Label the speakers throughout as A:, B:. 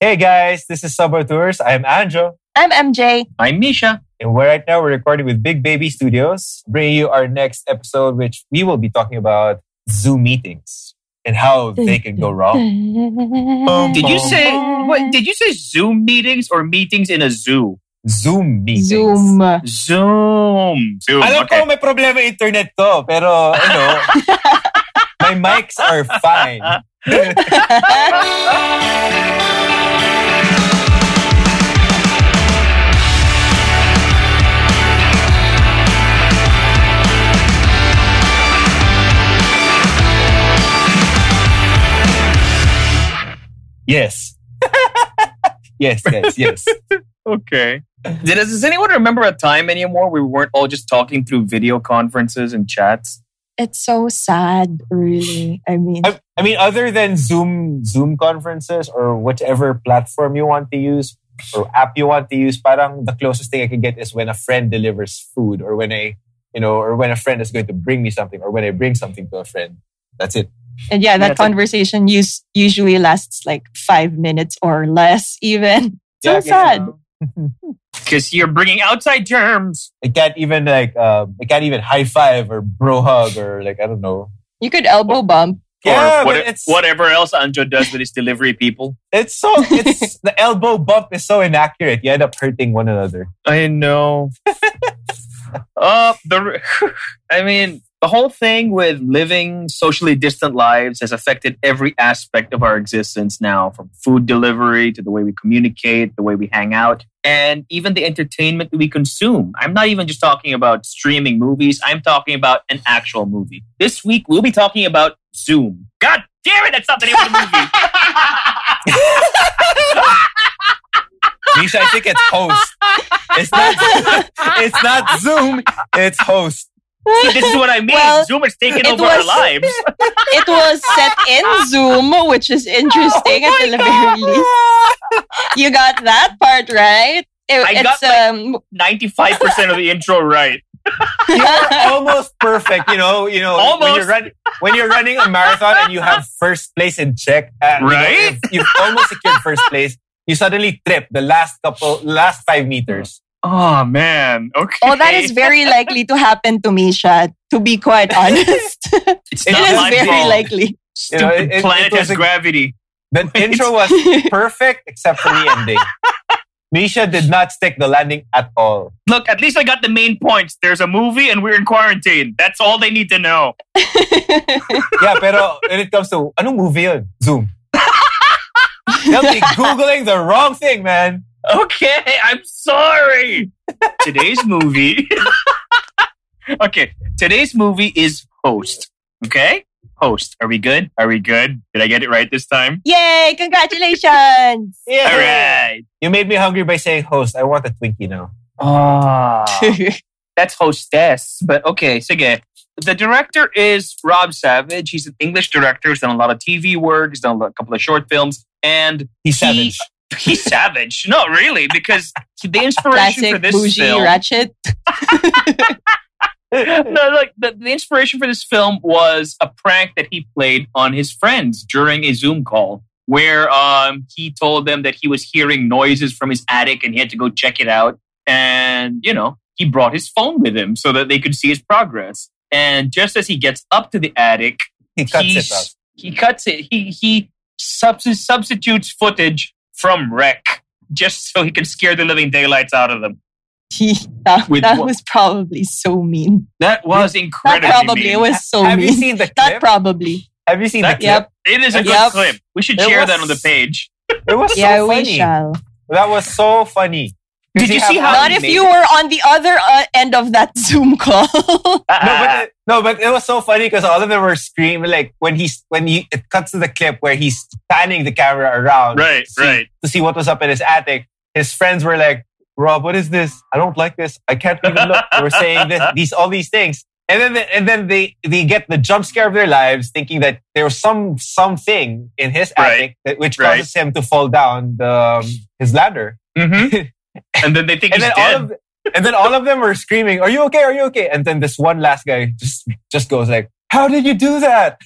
A: Hey guys, this is Suburb Tours. I'm Anjo,
B: I'm MJ.
C: I'm Misha.
A: and we're right now we're recording with Big Baby Studios, bringing you our next episode, which we will be talking about Zoom meetings and how they can go wrong.
C: Um, Did you
A: Bum,
C: say what? Did you say Zoom meetings or meetings in a zoo?
A: Zoom meetings.
B: Zoom?
C: Zoom. Zoom.
A: Alam ko may problema internet to, pero ano, my mics are fine. Yes. yes, yes, yes.
C: Okay. Did, does anyone remember a time anymore we weren't all just talking through video conferences and chats?
B: It's so sad, really. I mean,
A: I, I mean, other than Zoom, Zoom conferences or whatever platform you want to use or app you want to use, parang the closest thing I can get is when a friend delivers food or when a you know or when a friend is going to bring me something or when I bring something to a friend. That's it.
B: and yeah, that
C: Yeah, it's like-
B: conversation us- usually lasts like five minutes or less, even. So
A: Yeah, I
B: sad.
A: can't-
C: Because you're bringing outside germs.
A: I can't even like um, I can't even high five or bro hug or like I don't know.
B: You could elbow bump.
A: Yeah,
C: or what-
A: but it's-
C: whatever else Anjo does with his delivery people.
A: It's so it's the elbow bump is so inaccurate. You end up hurting one another.
C: I know. uh, the, I mean, the whole thing with living socially distant lives has affected every aspect of our existence now, from food delivery to the way we communicate, the way we hang out, and even the entertainment that we consume. I'm not even just talking about streaming movies, I'm talking about an actual movie. This week, we'll be talking about Zoom. God damn it, that's not the name of the movie.
A: Misha, I think it's host. It's not it's not Zoom, it's host.
C: See, this is what I mean.
B: Well,
C: Zoom is taking
B: it
C: over our
B: was-
C: lives.
B: it was set in Zoom, which is
C: Oh
B: interesting at the very least. You got that part right. It-
C: I
B: it's
C: got,
B: um,
C: 95% of the intro right.
A: almost perfect. You know, you know, when
C: Almost.
A: you're running when you're running a marathon and you have first place in check, uh, you know,
C: Right?
A: you've, you've almost secured first place. You suddenly trip the last couple, last five meters.
C: Oh, man. Okay.
B: oh, that is very likely to happen to Misha. To be quite honest, it
C: It's
A: It
C: not
B: is
C: my
B: very
C: fault.
B: likely.
C: Stupid
A: You know, it- it-
C: planet
A: it was
C: has
A: a-
C: gravity.
A: The intro was perfect except for the ending. Misha did not stick the landing at all.
C: Look, at least I got the main points. There's a movie and we're in quarantine. That's all they need to know.
A: Yeah, pero when it comes to anong movie yun? Zoom. They'll be googling the wrong thing, man.
C: Okay, I'm sorry. Today's movie. okay, today's movie is Host. Okay? Host. Are we good? Are we good? Did I get it right this time?
B: Yay! Congratulations!
A: Yeah.
C: All right.
A: You made me hungry by saying host. I want a Twinkie now.
C: Ah. that's hostess. But okay, sige. The director is Rob Savage. He's an English director. He's done a lot of TV work. He's done a lot- couple of short films, and
A: He's
C: He-
A: savage.
C: he's savage. No, really, because the inspiration for
B: Classic
C: this
B: bougie
C: film.
B: ratchet.
C: no, look, the, the inspiration for this film was a prank that he played on his friends during a Zoom call, where um, he told them that he was hearing noises from his attic and he had to go check it out. And, you know, he brought his phone with him so that they could see his progress. And just as he gets up to the attic,
A: He cuts it
C: he's-
A: out.
C: He cuts it. He he subs- substitutes footage from Wreck just so he can scare the living daylights out of them.
B: He, that
C: With
B: that
C: what-
B: was probably so mean.
C: That was
B: That
C: incredibly.
B: probably
C: mean.
B: was so
A: Have
B: mean.
A: you seen the
B: that
A: clip?
B: probably.
A: Have you seen the
C: That-
A: clip?
B: Yep.
C: It is a good
B: Yep.
C: clip. We should
A: It
C: share
A: was-
C: that on the page.
A: It was
B: yeah, uh,
A: so
B: we
A: funny.
B: shall.
A: That was so funny.
C: Did you see how-
B: Not
C: he
B: if
C: made
B: you
C: it.
B: were on the other uh, end of that Zoom call.
A: No,
C: Ah, Uh,
A: but it, no, but it was so funny because all of them were screaming like when he's when he it cuts to the clip where he's panning the camera around
C: ah. right,
A: See-
C: right.
A: to see what was up in his attic. His friends were like, "Rob, what is this? I don't like this. I can't even look." They were saying this, these all these things, and then the, and then they they get the jump scare of their lives, thinking that there was some something in his
C: Right.
A: attic that, which
C: Right.
A: causes him to fall down the um, his ladder.
C: Mm-hmm. And then they think
A: and
C: he's
A: then
C: dead.
A: all of and then all of them were screaming, "Are you okay? Are you okay?" And then this one last guy just just goes like,
C: Uh-huh. Ah,
A: "How did you do that?"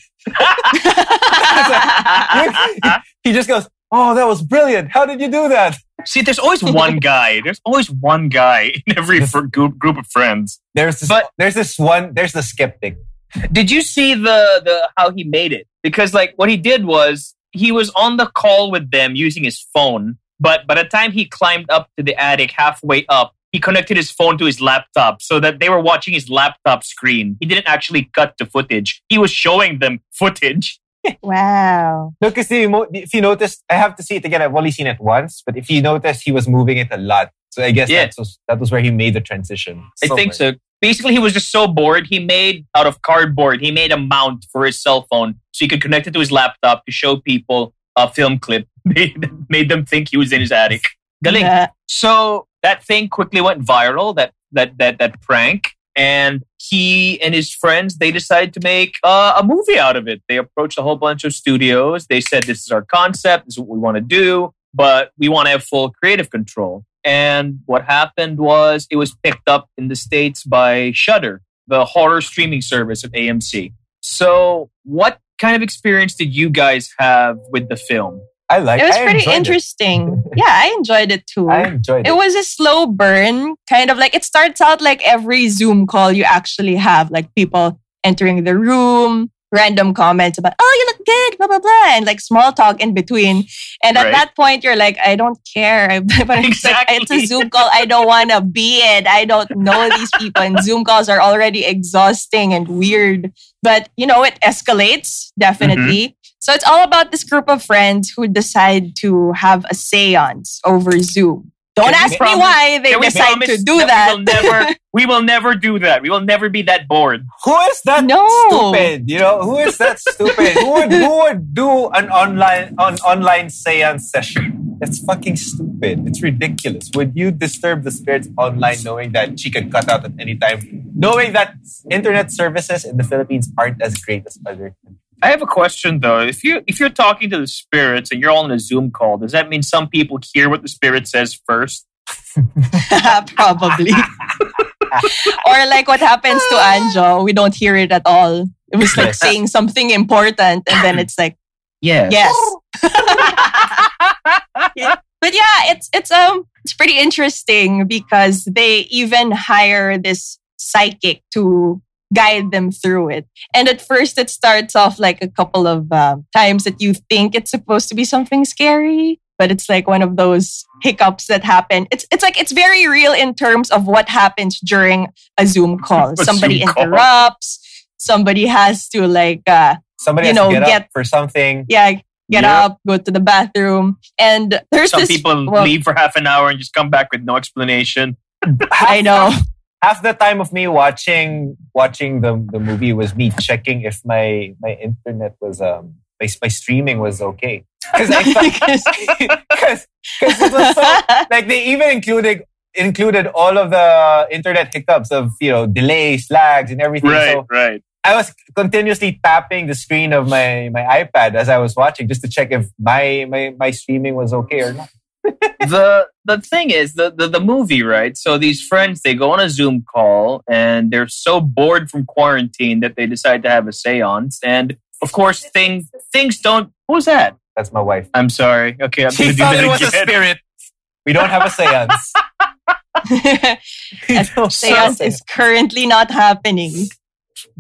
A: He just goes, oh, that was brilliant. How did you do that?
C: See, there's always one guy. There's always one guy in every fr- group, group of friends.
A: There's this,
C: But-
A: there's this one, there's the skeptic.
C: Did you see the the how he made it? Because like what he did was he was on the call with them using his phone, but by the time he climbed up to the attic halfway up, he connected his phone to his laptop so that they were watching his laptop screen. He didn't actually cut to footage. He was showing them footage.
B: Wow.
A: No, because if you noticed, I have to see it again. I've only seen it once, but if you noticed, he was moving it a lot. So I guess
C: Yeah.
A: that, was, that was where he made the transition.
C: I think
A: Somewhere.
C: so. Basically, he was just so bored. He made out of cardboard. He made a mount for his cell phone so he could connect it to his laptop to show people a film clip. made made them think he was in his attic. Galing.
B: Yeah.
C: So that thing quickly went viral. That that that that prank, and he and his friends they decided to make uh, a movie out of it. They approached a whole bunch of studios. They said, "This is our concept. This is what we want to do, but we want to have full creative control." And what happened was it was picked up in the states by Shudder, the horror streaming service of AMC. So, what kind of experience did you guys have with the film?
A: I like
B: It was
A: I
B: pretty
A: enjoyed
B: interesting. yeah, I enjoyed it too.
A: It. I enjoyed it.
B: it was a slow burn, kind of like it starts out like every Zoom call you actually have, like people entering the room, random comments about, oh, you look good, blah, blah, blah, and like small talk in between. And at
C: Right.
B: that point, you're like, I don't care. I- but it's like,
C: Exactly.
B: it's a Zoom call. I don't want to be in. I don't know these people. And Zoom calls are already exhausting and weird. But, you know, it escalates
C: Mm-hmm.
B: definitely. So it's all about this group of friends who decide to have a seance over Zoom. Don't
C: Can we
B: ask
C: promise-
B: me why they
C: Can we
B: decide
C: promise
B: to do
C: We
B: that.
C: will, never, we will never do that. We will never be that bored.
A: who is that
B: No.
A: stupid? You know, who is that stupid? who would who would do an online on online seance session? That's fucking stupid. It's ridiculous. Would you disturb the spirits online knowing that she can cut out at any time? Knowing that internet services in the Philippines aren't as great as other countries.
C: I have a question though. If you if you're talking to the spirits and you're all in a Zoom call, does that mean some people hear what the spirit says first?
B: Probably. or like what happens to Anjo, we don't hear it at all. It was like
A: Yes.
B: saying something important, and then it's like,
C: Yes.
B: yes. but yeah, it's it's um it's pretty interesting because they even hire this psychic to guide them through it. And at first, it starts off like a couple of um, times that you think it's supposed to be something scary, but it's like one of those hiccups that happen. It's it's like it's very real in terms of what happens during a Zoom call.
C: A
B: somebody
C: Zoom call.
B: interrupts. Somebody has to like uh,
A: Somebody
B: You
A: has
B: know,
A: to get, up
B: get-
A: for something.
B: yeah, get
C: Yeah.
B: up, go to the bathroom. And there's
C: Some
B: this
C: people
B: well-
C: leave for half an hour and just come back with no explanation.
B: I know.
A: half the time of me watching watching the, the movie was me checking if my my internet was um my, my streaming was okay because I because it was so like they even included included all of the internet hiccups of you know delays lags and everything so
C: right.
A: I was continuously tapping the screen of my my iPad as I was watching just to check if my my, my streaming was okay or not
C: the the thing is the, the the movie right so these friends they go on a zoom call and they're so bored from quarantine that they decide to have a seance and of course thing things don't what was that
A: that's my wife
C: i'm sorry okay i'm gonna do that again.
A: spirit we don't have a seance We don't
B: Seance
A: have a
B: is currently not happening.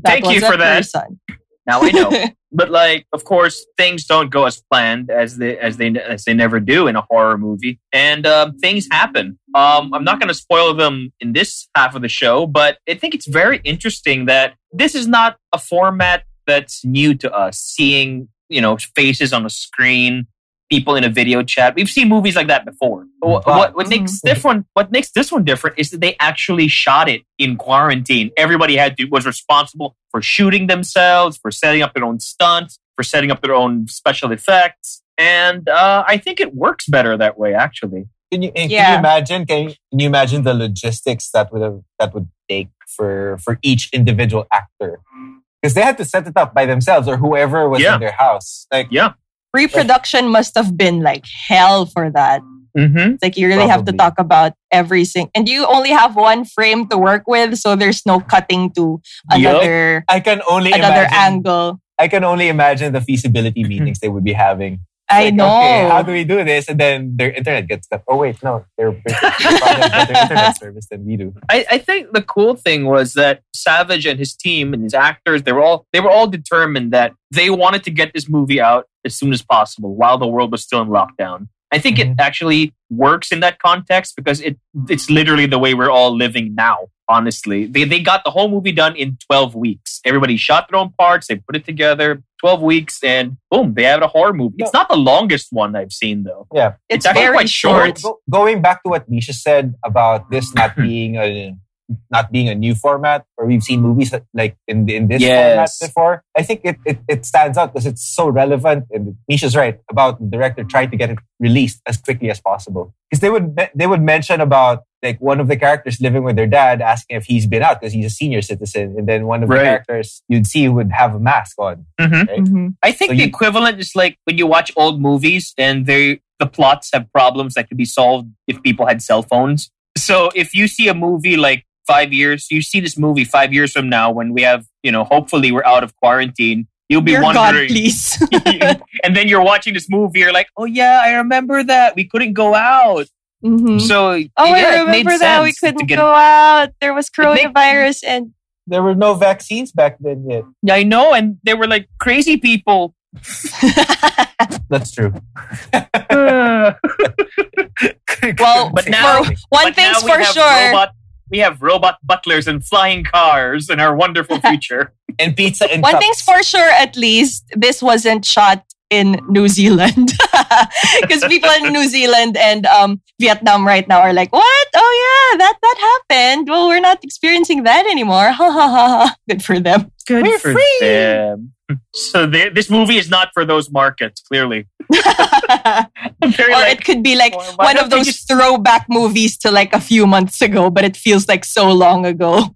C: Thank you
B: was a
C: for that.
B: person.
C: now i know but like of course things don't go as planned as they as they as they never do in a horror movie and um, things happen um, i'm not going to spoil them in this half of the show but i think it's very interesting that this is not a format that's new to us seeing you know faces on a screen people in a video chat we've seen movies like that before what, what, what makes this one what makes this one different is that they actually shot it in quarantine everybody had to was responsible for shooting themselves for setting up their own stunts for setting up their own special effects and uh, i think it works better that way actually
A: Can you, and can
B: Yeah.
A: you imagine? Can you, can you imagine the logistics that would have, that would take for for each individual actor? Because they had to set it up by themselves or whoever was
C: Yeah.
A: in their house. Like
B: Reproduction must have been like hell for that.
C: mm-hmm.
B: It's like you really have to
A: Probably.
B: talk about everything, and you only have one frame to work with, so there's no cutting to another
A: I can only
B: another
A: imagine.
B: angle.
A: I can only imagine the feasibility meetings they would be having.
B: I know.
A: Okay, how do we do this? And then their internet gets cut. Oh wait, no, they're they're probably better internet service than we do.
C: I, I think the cool thing was that Savage and his team and his actors, they were all they were all determined that they wanted to get this movie out as soon as possible while the world was still in lockdown. I think it actually works in that context because it it's literally the way we're all living now, honestly. They they got the whole movie done in 12 weeks. Everybody shot their own parts, they put it together, 12 weeks and boom, they have a horror movie. It's not the longest one I've seen though.
A: Yeah.
C: It's,
B: It's
C: actually
B: very
C: quite short. Hmm.
B: short.
A: Go- going back to what Misha said about this not being a not being a new format, where we've seen movies that, like in in this
C: Yes.
A: format before. I think it it, it stands out because it's so relevant. And Misha's right about the director trying to get it released as quickly as possible because they would me- they would mention about. Like one of the characters living with their dad, asking if he's been out because he's a senior citizen, and then one of the
C: Right.
A: characters you'd see would have a mask on.
C: Mhm.
B: Mhm.
C: I think
A: So
C: the
A: you-
C: equivalent is like when you watch old movies and they the plots have problems that could be solved if people had cell phones. So if you see a movie like five years, you see this movie five years from now when we have, you know, hopefully we're out of quarantine, you'll be
B: Dear God,
C: wondering.
B: please.
C: and then you're watching this movie, you're like, oh yeah, I remember that. We couldn't go out.
B: Mhm.
C: So
B: Oh,
C: yeah,
B: I
C: it made
B: remember that we
C: sense to
B: couldn't
C: get-
B: go out. There was
C: made-
B: coronavirus, and
A: There were no vaccines back then yet.
C: I know, and they were like crazy people.
A: That's true.
B: Well,
C: But now-
B: for one
C: But
B: thing's
C: now we
B: for
C: have
B: sure,
C: robot- we have robot butlers and flying cars in our wonderful future.
A: and pizza and
B: one
A: cups.
B: thing's for sure. At least this wasn't shot in New Zealand because people in New Zealand and um, Vietnam right now are like, "What? Oh yeah, that that happened. Well, we're not experiencing that anymore. Ha ha ha! ha. Good for them. Good
C: Good for them. So they, this movie is not for those markets, clearly. They're
B: or
C: like,
B: it could be like
C: Or why
B: one
C: don't
B: of
C: they
B: those
C: just-
B: throwback movies to like a few months ago, but it feels like so long ago.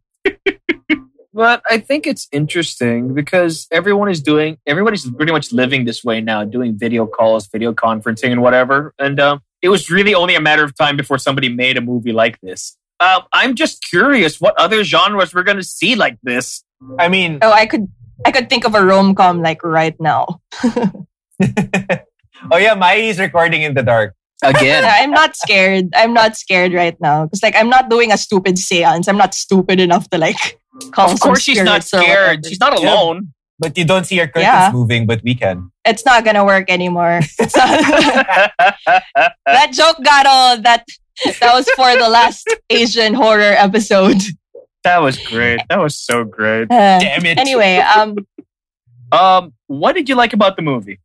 C: But I think it's interesting because everyone is doing, everybody's pretty much living this way now, doing video calls, video conferencing, and whatever. And um, it was really only a matter of time before somebody made a movie like this. Um, I'm just curious what other genres we're going to see like this.
A: I mean,
B: Oh, I could I could think of a rom com like right now.
A: oh yeah, Mai is recording in the dark.
C: Again.
B: I'm not scared. I'm not scared right now because like I'm not doing a stupid seance. I'm not stupid enough to like call. some
C: of course, she's not
B: spirits or
C: scared.
B: whatever.
C: She's not
A: Yeah.
C: alone.
A: But you don't see your curtains
B: Yeah.
A: moving, but we can.
B: It's not gonna work anymore. It's not-
C: I
B: that joke got all that. That was for the last Asian horror episode.
C: That was great. That was so great.
B: Uh,
A: Damn it.
B: anyway, um,
C: Um, what did you like about the movie?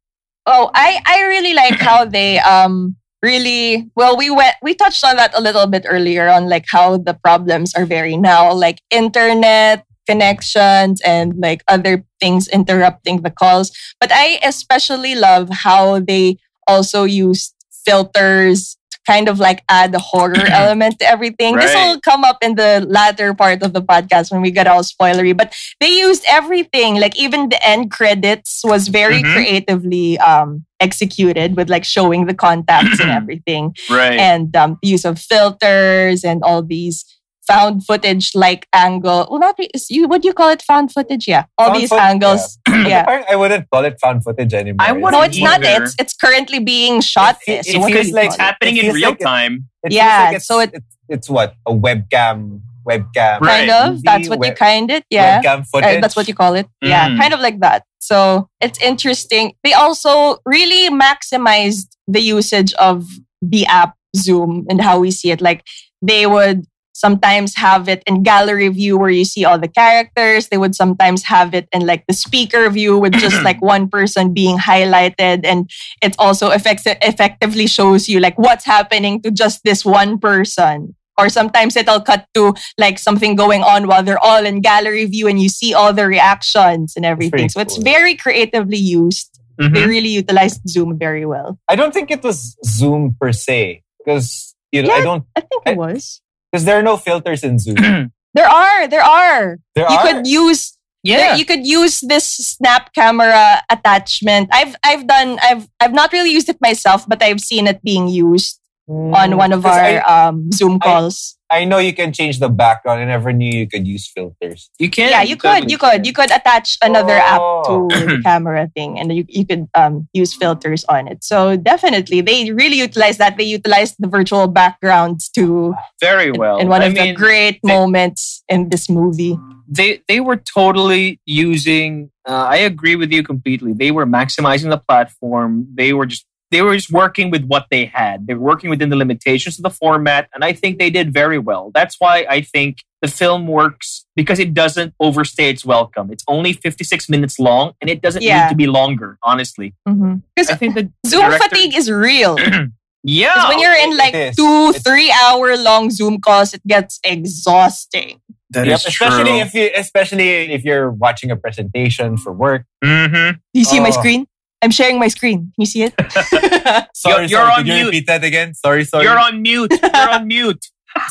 B: Oh, I I really like how they um really well we went we touched on that a little bit earlier on like how the problems are very now like internet connections and like other things interrupting the calls but i especially love how they also used filters to kind of like add the horror element to everything this
C: Right.
B: will come up in the latter part of the podcast when we get all spoilery but they used everything like even the end credits was very
C: Mhm.
B: creatively um executed with like showing the contacts and everything
C: Right.
B: and um the use of filters and all these found footage like angle well not re- is you what do you call it found footage yeah all
A: Found
B: these
A: foot-
B: angles yeah,
A: I I wouldn't call it found footage anymore.
C: I wouldn't
B: no it's not
C: Either.
B: it's it's currently being shot
A: It-
B: this
A: it
B: What do
A: feels
B: you
A: like
B: call
C: it's
B: it?
C: happening
A: It
C: in
A: feels
C: real
A: like it-
C: time.
A: It feels
B: yeah,
A: like it's,
B: so it-
A: it's it's what a webcam webcam
B: kind
C: Right.
B: of that's
A: movie,
B: what you
A: web-
B: kind it yeah
A: webcam
B: Uh,
A: footage.
B: that's what you call it. Yeah,
C: Mm.
B: kind of like that. So it's interesting. They also really maximized the usage of the app Zoom and how we see it. Like they would sometimes have it in gallery view where you see all the characters. They would sometimes have it in like the speaker view with just like one person being highlighted. And it also affects effectively shows you like what's happening to just this one person. Or sometimes it'll cut to like something going on while they're all in gallery view and you see all the reactions and everything.
A: pretty
B: so it's
A: cool. Mm-hmm.
B: very creatively used. They
C: Mhm.
B: really utilized Zoom very well.
A: I don't think it was Zoom per se because you know I
B: Yeah.
A: don't
B: I think
A: I-
B: it was.
A: because there are no filters in Zoom.
B: There are, there are.
A: There
B: you
A: are
B: could use
C: Yeah.
B: you could use this snap camera attachment. I've I've done I've I've not really used it myself, but I've seen it being used on one of
A: 'Cause
B: our
A: Mm. I-
B: um, Zoom
A: I-
B: calls.
A: I know you can change the background. I never knew you could use filters.
C: You can.
B: yeah, you could, you could, you could attach another app
C: Oh.
B: to the camera thing, and you you could um, use filters on it. So definitely, they really utilize that. They utilize the virtual backgrounds too,
C: Very well.
B: and one
C: I
B: of
C: mean,
B: the great
C: they-
B: moments in this movie.
C: they they were totally using uh, i agree with you completely they were maximizing the platform they were just they were just working with what they had they were working within the limitations of the format and i think they did very well that's why i think the film works because it doesn't overstay its welcome it's only 56 minutes long and it doesn't
B: Yeah.
C: need to be longer honestly
B: Mhm.
C: i think the
B: Zoom
C: director-
B: fatigue is real. 'Cause
C: yeah
B: when you're in
A: it
B: like
A: is.
B: two,
A: It-
B: three hour long Zoom calls, it gets exhausting.
C: that
A: Yep,
C: is
A: especially
C: true.
A: if you especially if you're watching a presentation for work.
C: Mhm.
B: Do you see my
A: Oh.
B: screen? I'm sharing my screen. Can you see it?
A: Sorry,
C: You're- you're
A: sorry,
C: on
A: could
C: mute.
A: you repeat that again? Sorry, sorry.
C: you're on mute you're on mute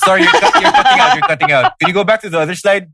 A: sorry, you're, cut- you're cutting out. You're cutting out. Could you go back to the other slide?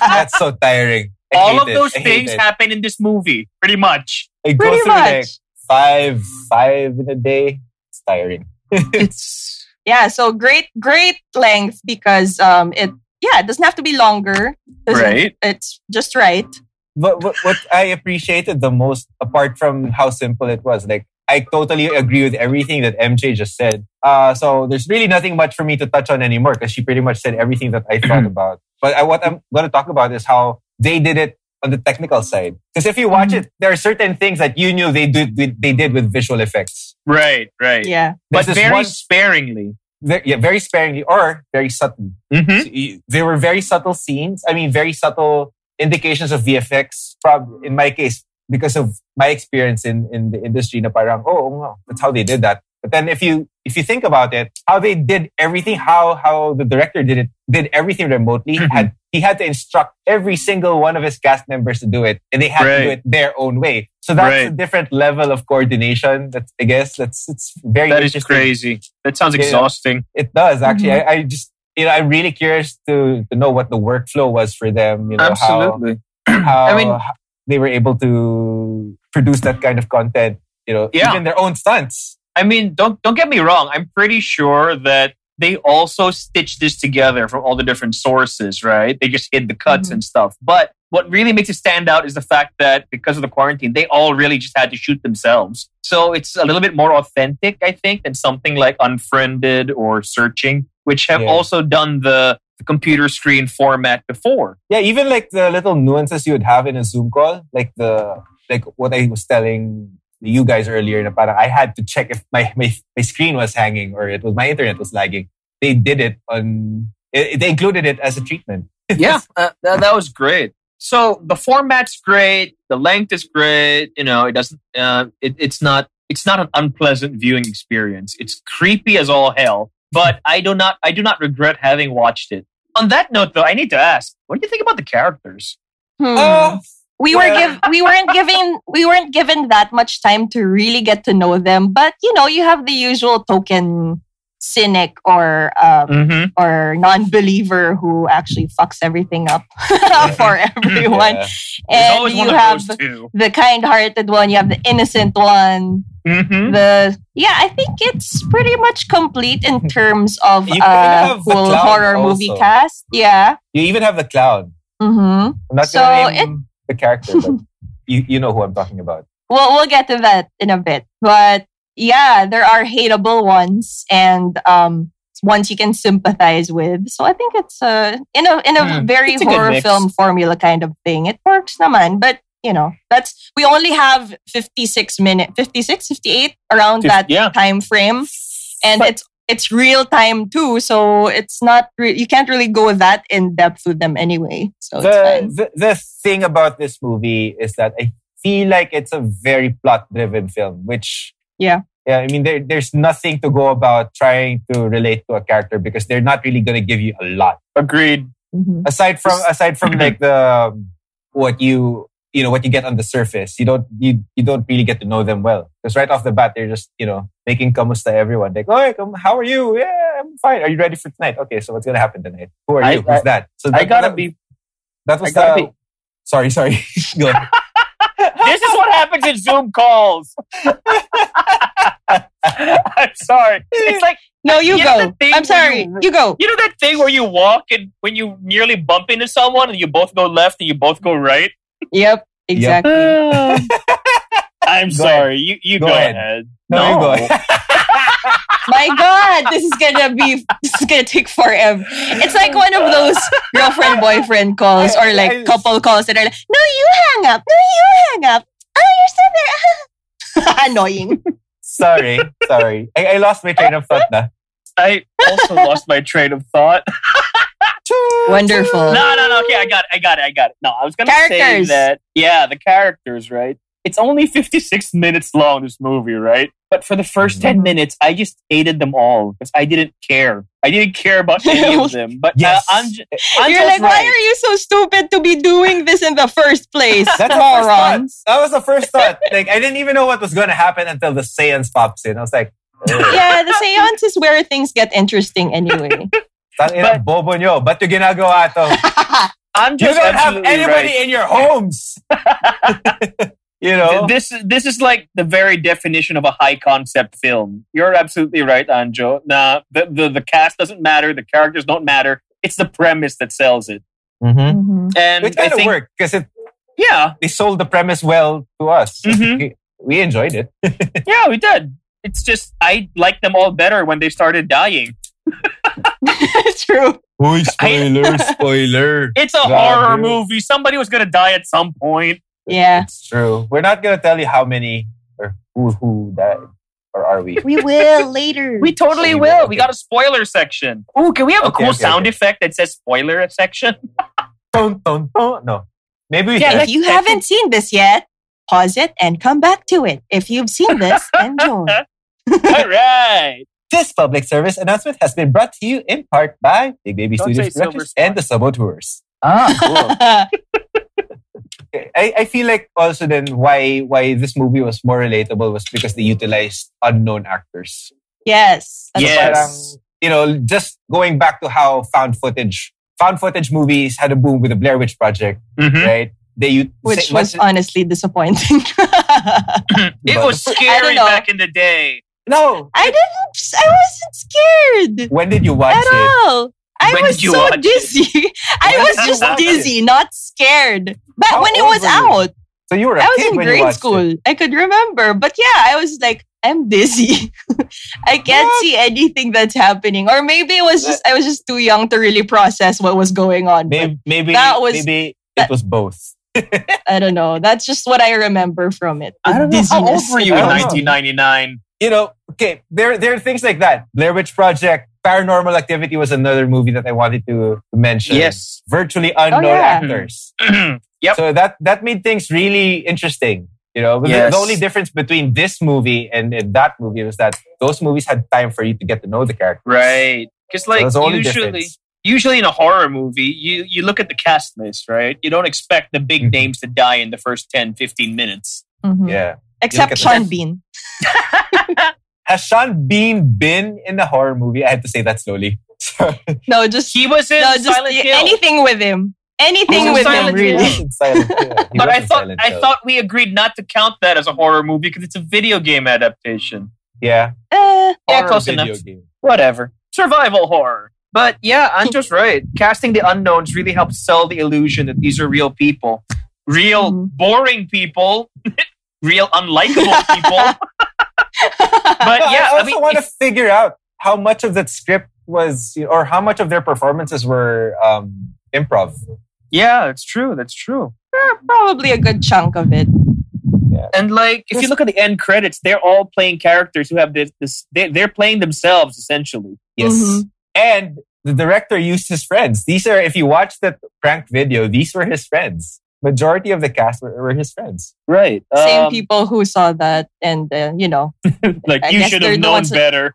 A: That's so tiring. I
C: all
A: hate
C: of
A: it.
C: those
A: I hate
C: things
A: it.
C: happen in this movie pretty much
A: I go
B: Pretty
A: through like
B: much.
A: five, five in a day. It's tiring.
C: it's
B: Yeah, so great, great length because um it yeah, it doesn't have to be longer. Doesn't-
C: right
B: It's just right.
A: But what, what I appreciated the most, apart from how simple it was, like I totally agree with everything that MJ just said. Uh, so there's really nothing much for me to touch on anymore because she pretty much said everything that I thought about. But I, what I'm going to talk about is how they did it on the technical side. Because if you watch
C: Mm-hmm.
B: Mhm.
A: it, there are certain things that you knew they did they did with visual effects,
C: right right
B: Yeah.
C: but
A: There's this
C: very
A: one-
C: sparingly.
A: ve- yeah, very sparingly or very subtly.
C: Mm-hmm.
A: There were very subtle scenes. I mean, very subtle indications of VFX. Prob- in my case, because of my experience in, in the industry, na parang oh, oo nga, that's how they did that. But then if you if you think about it, how they did everything, how how the director did it, did everything remotely.
C: Mhm.
A: Had he had to instruct every single one of his cast members to do it, and they had to do
C: Right.
A: it their own way. So that's a
C: Right.
A: different level of coordination. That's I guess that's it's very
C: That is
A: interesting.
C: crazy. That sounds
A: Yeah.
C: exhausting.
A: It does actually.
C: Mm-hmm.
A: I, I just you know I'm really curious to to know what the workflow was for them. You know how how
C: I mean-
A: h- they were able to produce that kind of content. You know,
C: Yeah.
A: even their own stunts.
C: I mean, don't don't get me wrong. I'm pretty sure that they also stitched this together from all the different sources, right? They just hid the cuts
B: Mhm.
C: and stuff. But what really makes it stand out is the fact that because of the quarantine, they all really just had to shoot themselves. So it's a little bit more authentic, I think, than something like Unfriended or Searching, which have
A: Yeah.
C: also done the, the computer screen format before.
A: Yeah, even like the little nuances you would have in a Zoom call, like the like what I was telling you guys earlier. Na parang I had to check if my, my my screen was hanging or it was my internet was lagging. They did it on. It, they included it as a treatment.
C: yeah, uh, that, that was great. So the format's great, the length is great. You know, it doesn't. Uh, it, it's not. It's not an unpleasant viewing experience. It's creepy as all hell, but I do not. I do not regret having watched it. On that note, though, I need to ask: What do you think about the characters?
B: Hmm.
C: Mm-hmm.
A: Uh,
B: we were
A: well-
B: give we weren't given we weren't given that much time to really get to know them, but you know, you have the usual token cynic or um,
C: Mm-hmm.
B: or non-believer who actually fucks everything up for everyone.
A: yeah.
C: There's
B: And
C: always
B: you
C: one
B: have
C: of those two.
B: the kind-hearted one, you have the innocent one,
C: Mm-hmm.
B: the yeah i think it's pretty much complete in terms of
A: You kinda
B: uh
A: have the
B: full
A: clown
B: horror movie
A: also.
B: cast yeah
A: You even have the clown.
B: mm-hmm.
A: I'm not
B: So
A: gonna name the character, but you, you know who I'm talking about.
B: well we'll get to that in a bit but yeah there are hateable ones and um ones you can sympathize with so i think it's a in a in a
C: Hmm.
B: very
C: It's a good
B: horror
C: mix.
B: film formula kind of thing it works naman but you know that's we only have 56 minute 56 58 around that
C: Yeah.
B: time frame and
C: But-
B: it's it's real time too so it's not re- you can't really go that in depth with them anyway so Oh, it's
A: The,
B: fine
A: the the thing about this movie is that I feel like it's a very plot driven film, which
B: Yeah.
A: yeah, I mean there there's nothing to go about trying to relate to a character because they're not really gonna give you a lot
C: Agreed.
B: Mhm.
A: aside from aside from like the um, what you you know what you get on the surface. You don't you you don't really get to know them well because right off the bat they're just you know making kamusta everyone like oh come how are you yeah I'm fine are you ready for tonight okay so what's gonna happen tonight who are
C: I-
A: you who's that so
C: I
A: that-
C: gotta
A: that-
C: be.
A: that
C: I
A: was
C: gotta
A: the,
C: be.
A: sorry sorry Go ahead.
C: This is what happens in Zoom calls. I'm sorry. It's like
B: No, you
C: You know
B: go.
C: the thing
B: I'm sorry.
C: when
B: You go.
C: you know that thing where you walk and when you nearly bump into someone and you both go left and you both go right.
B: Yep. Exactly.
C: I'm
A: Um, Go
C: sorry. You you
A: Go
C: go,
A: ahead.
C: ahead.
A: No, you go
B: My God, this is gonna be. This is gonna take forever. It's like one of those girlfriend boyfriend calls or
A: I- I-
B: like couple calls that are like, "No, you hang up. No, you hang up. Oh, you're still there." Annoying.
A: sorry, sorry. I, I lost my train of thought. Na.
C: I also lost my train of thought.
B: Wonderful.
C: No, no, no. Okay, I got it. I got it. I got it. No, I was gonna
B: Characters.
C: say that. Yeah, the characters, right? It's only 56 minutes long. This movie, right? But for the first
A: Mm-hmm.
C: 10 minutes, I just hated them all because I didn't care. I didn't care about any of them. But
A: Yes.
C: uh, Anj- Anja's
B: You're like, why
C: right.
B: are you so stupid to be doing this in the first place,
A: That's the first thought.
B: moron?
A: That was the first thought. Like I didn't even know what was going to happen until the seance pops in. I was like, "Oh,
B: Yeah, the seance is where things get interesting anyway.
A: tangin na, bobo nyo. Ba't yung ginagawa to?
C: Anja's
A: You don't have
C: absolutely
A: anybody
C: right.
A: in your homes. you know?
C: Th- This this is like the very definition of a high concept film. You're absolutely right, Anjo. Nah, the, the the cast doesn't matter. The characters don't matter. It's the premise that sells it.
A: mm-hmm.
C: And
A: It
C: I
A: kind of
C: think,
A: worked because it
C: yeah,
A: they sold the premise well to us.
C: Mhm.
A: We enjoyed it.
C: yeah, we did. It's just I liked them all better when they started dying.
B: True.
A: Uy,
C: spoiler,
A: spoiler.
C: It's a
A: Yeah,
C: horror
A: dude. Mm,
C: movie. Somebody was gonna die at some point.
B: Yeah.
A: It's true. We're not gonna tell you how many or who who died. Or are we?
B: We will later.
C: We totally
A: We
C: will.
A: will,
C: We
A: okay.
C: got a spoiler section. Ooh, can we have a
A: Okay,
C: cool
A: okay,
C: sound
A: okay.
C: effect that says spoiler section?
A: Dun, dun, dun. No. Maybe we
C: Yeah,
A: should.
B: if you haven't seen this yet, pause it and come back to it. If you've seen this, enjoy.
C: all right.
A: This public service announcement has been brought to you in part by Big Baby
C: Don't
A: Studios
C: say Silver
A: Productions and the Saboteurs.
C: Ah, cool.
A: Okay, I, I feel like also then why why this movie was more relatable was because they utilized unknown actors.
B: yes. that's
C: Yes.
B: right.
A: parang, you know, just going back to how found footage, found footage movies had a boom with the Blair Witch Project,
C: Mhm.
A: right? They you
B: Which was honestly disappointing. I
C: It
A: But-
C: was scary
B: know.
C: back in the day.
A: no.
B: didn't, I wasn't scared
A: When did you watch
B: at
A: it?
B: all. I
C: When
B: was
C: did you
B: so
C: watch it?
B: dizzy. I
A: When
B: was
C: did you
B: just
C: watch it?
B: dizzy, not scared. But
A: How
B: when it
A: old
B: was
A: were you?
B: out,
A: So you were a
B: I was
A: kid
B: in
A: when you
B: grade
A: watched
B: school.
A: It.
B: I could remember. But yeah, I was like, I'm busy. I can't
A: What?
B: see anything that's happening. Or maybe it was just I was just too young to really process what was going on. But
A: Maybe maybe
B: That was-
A: maybe it
B: that-
A: was both.
B: I don't know. That's just what I remember from it.
C: I don't know. How old
B: Dizziness.
C: were you in
A: I don't know.
C: 1999?
A: You know, okay, there there are things like that. Blair Witch Project, Paranormal Activity was another movie that I wanted to mention.
C: Yes.
A: Virtually unknown
B: Oh, yeah.
A: actors.
C: Yep.
A: So that that made things really interesting. You know, But the-
C: Yes.
A: the only difference between this movie and, and that movie was that those movies had time for you to get to know the characters.
C: right. Because
A: So
C: like
A: that's the only
C: usually,
A: difference.
C: usually in a horror movie, you you look at the cast list, right? You don't expect the big
A: Mhm.
C: names to die in the first 10, 15 minutes.
B: Mhm.
A: Yeah.
B: Except
A: Look at
B: Sean Bean.
A: Has Sean Bean been in a horror movie? I had to say that slowly. So,
B: No, just
C: He was in
B: no, just
C: Silent Hill.
B: anything with him.
C: He
B: Anything
C: was
B: with
C: in Silent
B: him,
C: Hill.
A: He
B: really.
A: was in Silent Hill. He was
C: but I
A: in
C: thought
A: Silent
C: I
A: Hill.
C: thought we agreed not to count that as a horror movie because it's a video game adaptation.
A: yeah,
B: Uh,
C: Yeah,
A: horror
C: close
A: video
C: enough.
A: game.
C: whatever. Survival horror. But yeah, I'm just right. Casting the unknowns really helps sell the illusion that these are real people. Real
B: Mhm.
C: boring people, real unlikable people. But
A: But
C: yeah,
A: I
C: I
A: also
C: mean,
A: want to
C: if-
A: figure out how much of that script was, or how much of their performances were um, improv.
C: Yeah, it's true. That's true.
B: eh, probably a good chunk of it.
C: And like, if you look at the end credits, they're all playing characters who have this. this they, they're playing themselves essentially.
A: Yes.
B: Mhm.
A: And the director used his friends. These are, if you watch that prank video, these were his friends. Majority of the cast were, were his friends.
C: Right.
B: Same
C: um,
B: people who saw that and, uh, you know,
C: Like
B: I
C: you
B: guess
C: should
B: they're
C: have
B: the
C: known
B: ones that-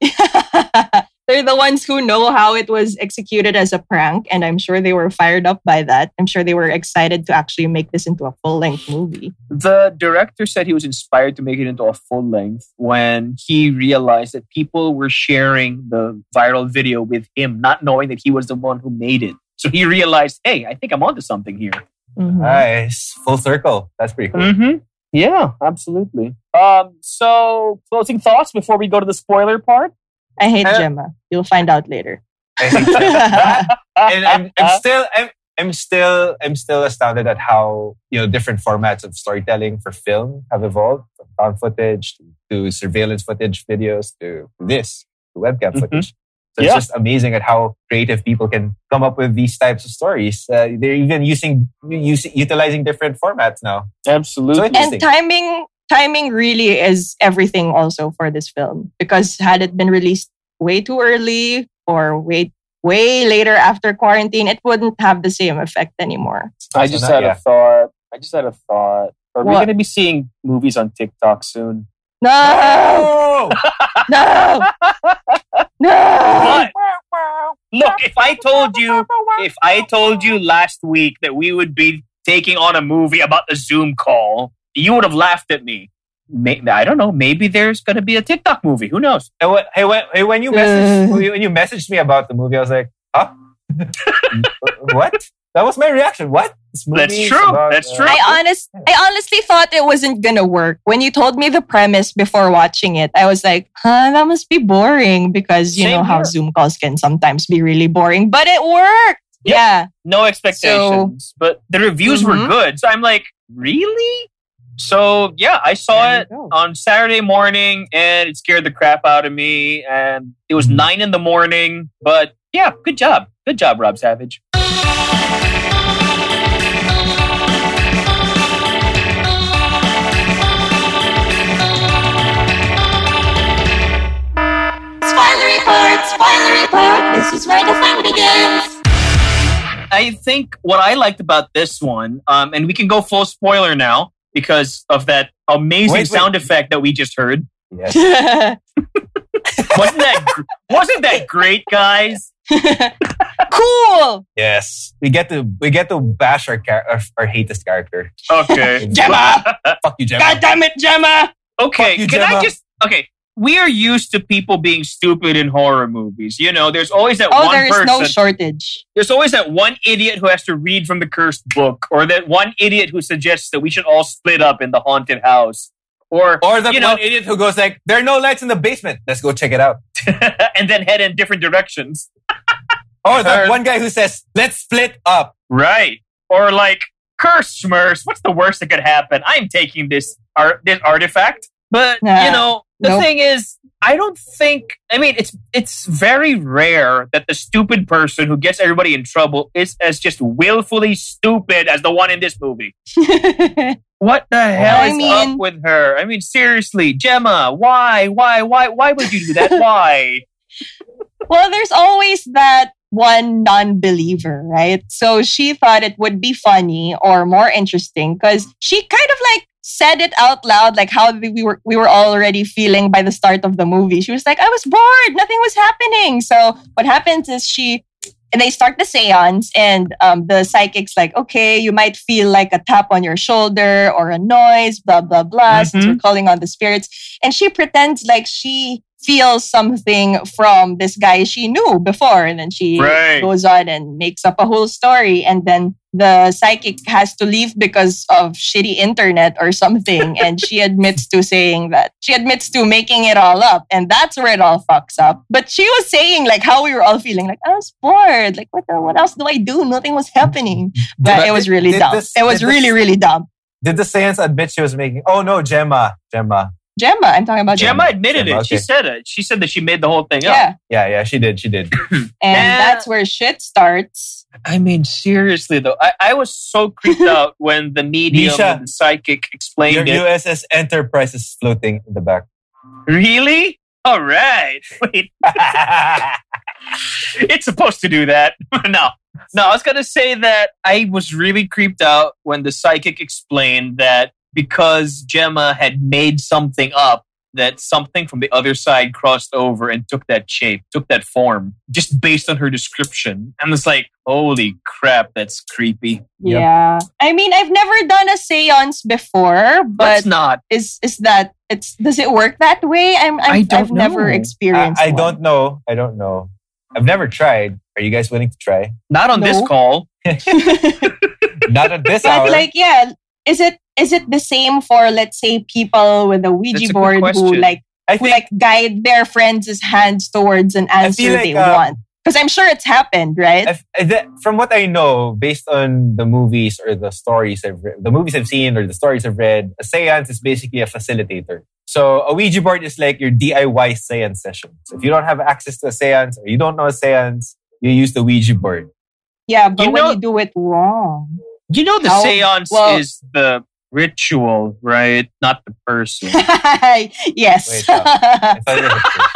C: better.
B: They're the ones who know how it was executed as a prank, and I'm sure they were fired up by that. I'm sure they were excited to actually make this into a full length movie.
C: The director said he was inspired to make it into a full length when he realized that people were sharing the viral video with him, not knowing that he was the one who made it. So he realized, hey, I think I'm onto something here.
A: Mm-hmm.
B: Mhm.
A: Nice. Full circle. That's pretty cool.
C: Mm-hmm. Yeah, absolutely. Um, so closing thoughts before we go to the spoiler part.
B: I hate
A: Uh,
B: Gemma. You'll find out later.
A: and I'm, I'm still I'm, I'm still I'm still astounded at how you know different formats of storytelling for film have evolved from found footage to, to surveillance footage videos to this to webcam
C: Mhm.
A: footage. So
C: Yeah.
A: it's just amazing at how creative people can come up with these types of stories. Uh, they're even using using utilizing different formats now.
C: absolutely.
A: So
B: and timing timing really is everything also for this film because had it been released way too early or way way later after quarantine it wouldn't have the same effect anymore
C: I just
A: So now-
C: had
A: yeah.
C: a thought. I just had a thought. Are we
B: What?
C: going to be seeing movies on TikTok soon?
B: no
A: Oh!
B: no no
C: But look, if I told you, if I told you last week that we would be taking on a movie about a Zoom call, you would have laughed at me. May- I don't know. Maybe there's going to be a TikTok movie. Who knows?
A: And when, hey, when, hey, when you messaged
B: Uh.
A: when you messaged me about the movie, I was like, huh? what? That was my reaction. What? This
C: That's
A: movie is uh,
C: true. That's true.
B: I honest I honestly thought it wasn't gonna work. When you told me the premise before watching it, I was like, huh, that must be boring because you
C: Same
B: know how
C: here.
B: Zoom calls can sometimes be really boring. But it worked.
C: Yep.
B: Yeah.
C: No expectations, but the reviews were
B: Mhm.
C: good. So I'm like, really? So yeah, I saw
B: There you
C: it
B: go.
C: on Saturday morning and it scared the crap out of me. And it was nine in the morning, but yeah, good job. Good job, Rob Savage.
D: Spoiler report, spoiler report, this is where the fun begins.
C: I think what I liked about this one, um, and we can go full spoiler now because of that amazing
A: Wait, wait.
C: sound effect that we just heard.
A: Yes.
B: cool.
C: Wasn't that gr- wasn't that great, guys?
A: Yes. We get to we get to bash our char- our, our hatest character.
C: Okay.
B: Gemma!
A: Fuck you, Gemma.
B: God damn it, Gemma!
C: Okay,
A: Fuck you,
C: can I
A: Gemma.
C: just okay? We are used to people being stupid in horror movies. You know, there's always that one
B: Oh, there is
C: person.
B: no shortage.
C: there's always that one idiot who has to read from the cursed book, or that one idiot who suggests that we should all split up in the haunted house, or
A: Or the
C: You
A: one
C: know-
A: idiot who goes like, "There are no lights in the basement. Let's go check it out."
C: and then head in different directions.
A: Or the
C: Or-
A: one guy who says, "Let's split up."
C: Right. Or like curse Smurfs. What's the worst that could happen? I'm taking this art this artifact. But
B: Nah.
C: you know, the
B: Nope.
C: thing is, I don't think I mean it's it's very rare that the stupid person who gets everybody in trouble is as just willfully stupid as the one in this movie. What the hell
B: I
C: is
B: mean-
C: up with her? I mean, seriously, Gemma, why, why, why, why would you do that? why?
B: Well, there's always that one non believer, right? So she thought it would be funny or more interesting because she kind of like said it out loud, like how we were we were already feeling by the start of the movie. She was like, I was bored, nothing was happening. So what happens is she and they start the seance and um, the psychic's like okay you might feel like a tap on your shoulder or a noise blah blah blah since
C: Mhm.
B: we're calling on the spirits and she pretends like she feels something from this guy she knew before and then she
C: Right.
B: goes on and makes up a whole story and then the psychic has to leave because of shitty internet or something and she admits to saying that she admits to making it all up and that's where it all fucks up but she was saying like how we were all feeling like i was bored like what the, what else do i do nothing was happening but it was really
A: did
B: dumb
A: this-
B: it was
A: did
B: really
A: this-
B: really dumb
A: Did the seance admit she was making? Oh no, Gemma. Gemma.
B: gemma i'm talking about
C: Gemma admitted
A: Gemma,
C: it. She
A: okay.
C: said it. She said that she made the whole thing up.
B: yeah
A: Yeah, yeah, she did. She did.
B: and
C: Yeah.
B: that's where shit starts
C: I mean, seriously though, I, I was so creeped out when the medium
A: Misha,
C: and the psychic
A: Your
C: explained it.
A: USS Enterprise is floating in the back.
C: really? All right. Wait, it's supposed to do that. no, no. I was gonna say that I was really creeped out when the psychic explained that because Gemma had made something up, that something from the other side crossed over and took that shape, took that form, just based on her description. And it's like, holy crap, that's creepy.
A: Yep.
B: Yeah. I mean, I've never done a seance before,
C: But
B: but
C: not.
B: is is that it's does it work that way? I'm, I'm
C: I don't
B: have never
C: know.
A: I,
B: experienced.
A: I
B: one.
A: don't know. I don't know. I've never tried. Are you guys willing to try?
C: Not on this
B: No.
C: call.
A: Not at this
B: but
A: hour.
B: like, yeah, is it is it the same for let's say people with a Ouija
C: That's a good
B: board who
C: question.
B: like
A: I
B: who
A: think
B: like guide their friends' hands towards an answer
A: like,
B: they
A: uh,
B: want? Because I'm sure it's happened, right?
A: I've- I- that- from what I know, based on the movies or the stories I've re- the movies I've seen or the stories I've read, a séance is basically a facilitator. So a Ouija board is like your DIY séance session. So if you don't have access to a séance or you don't know a séance, you use the Ouija board.
B: yeah, but
C: you
B: when
C: know-
B: you do it wrong,
C: You know, the
B: How-
C: seance
B: well-
C: is the ritual, right? Not the person.
A: Wait,
B: yes.
A: I thought it was a fish.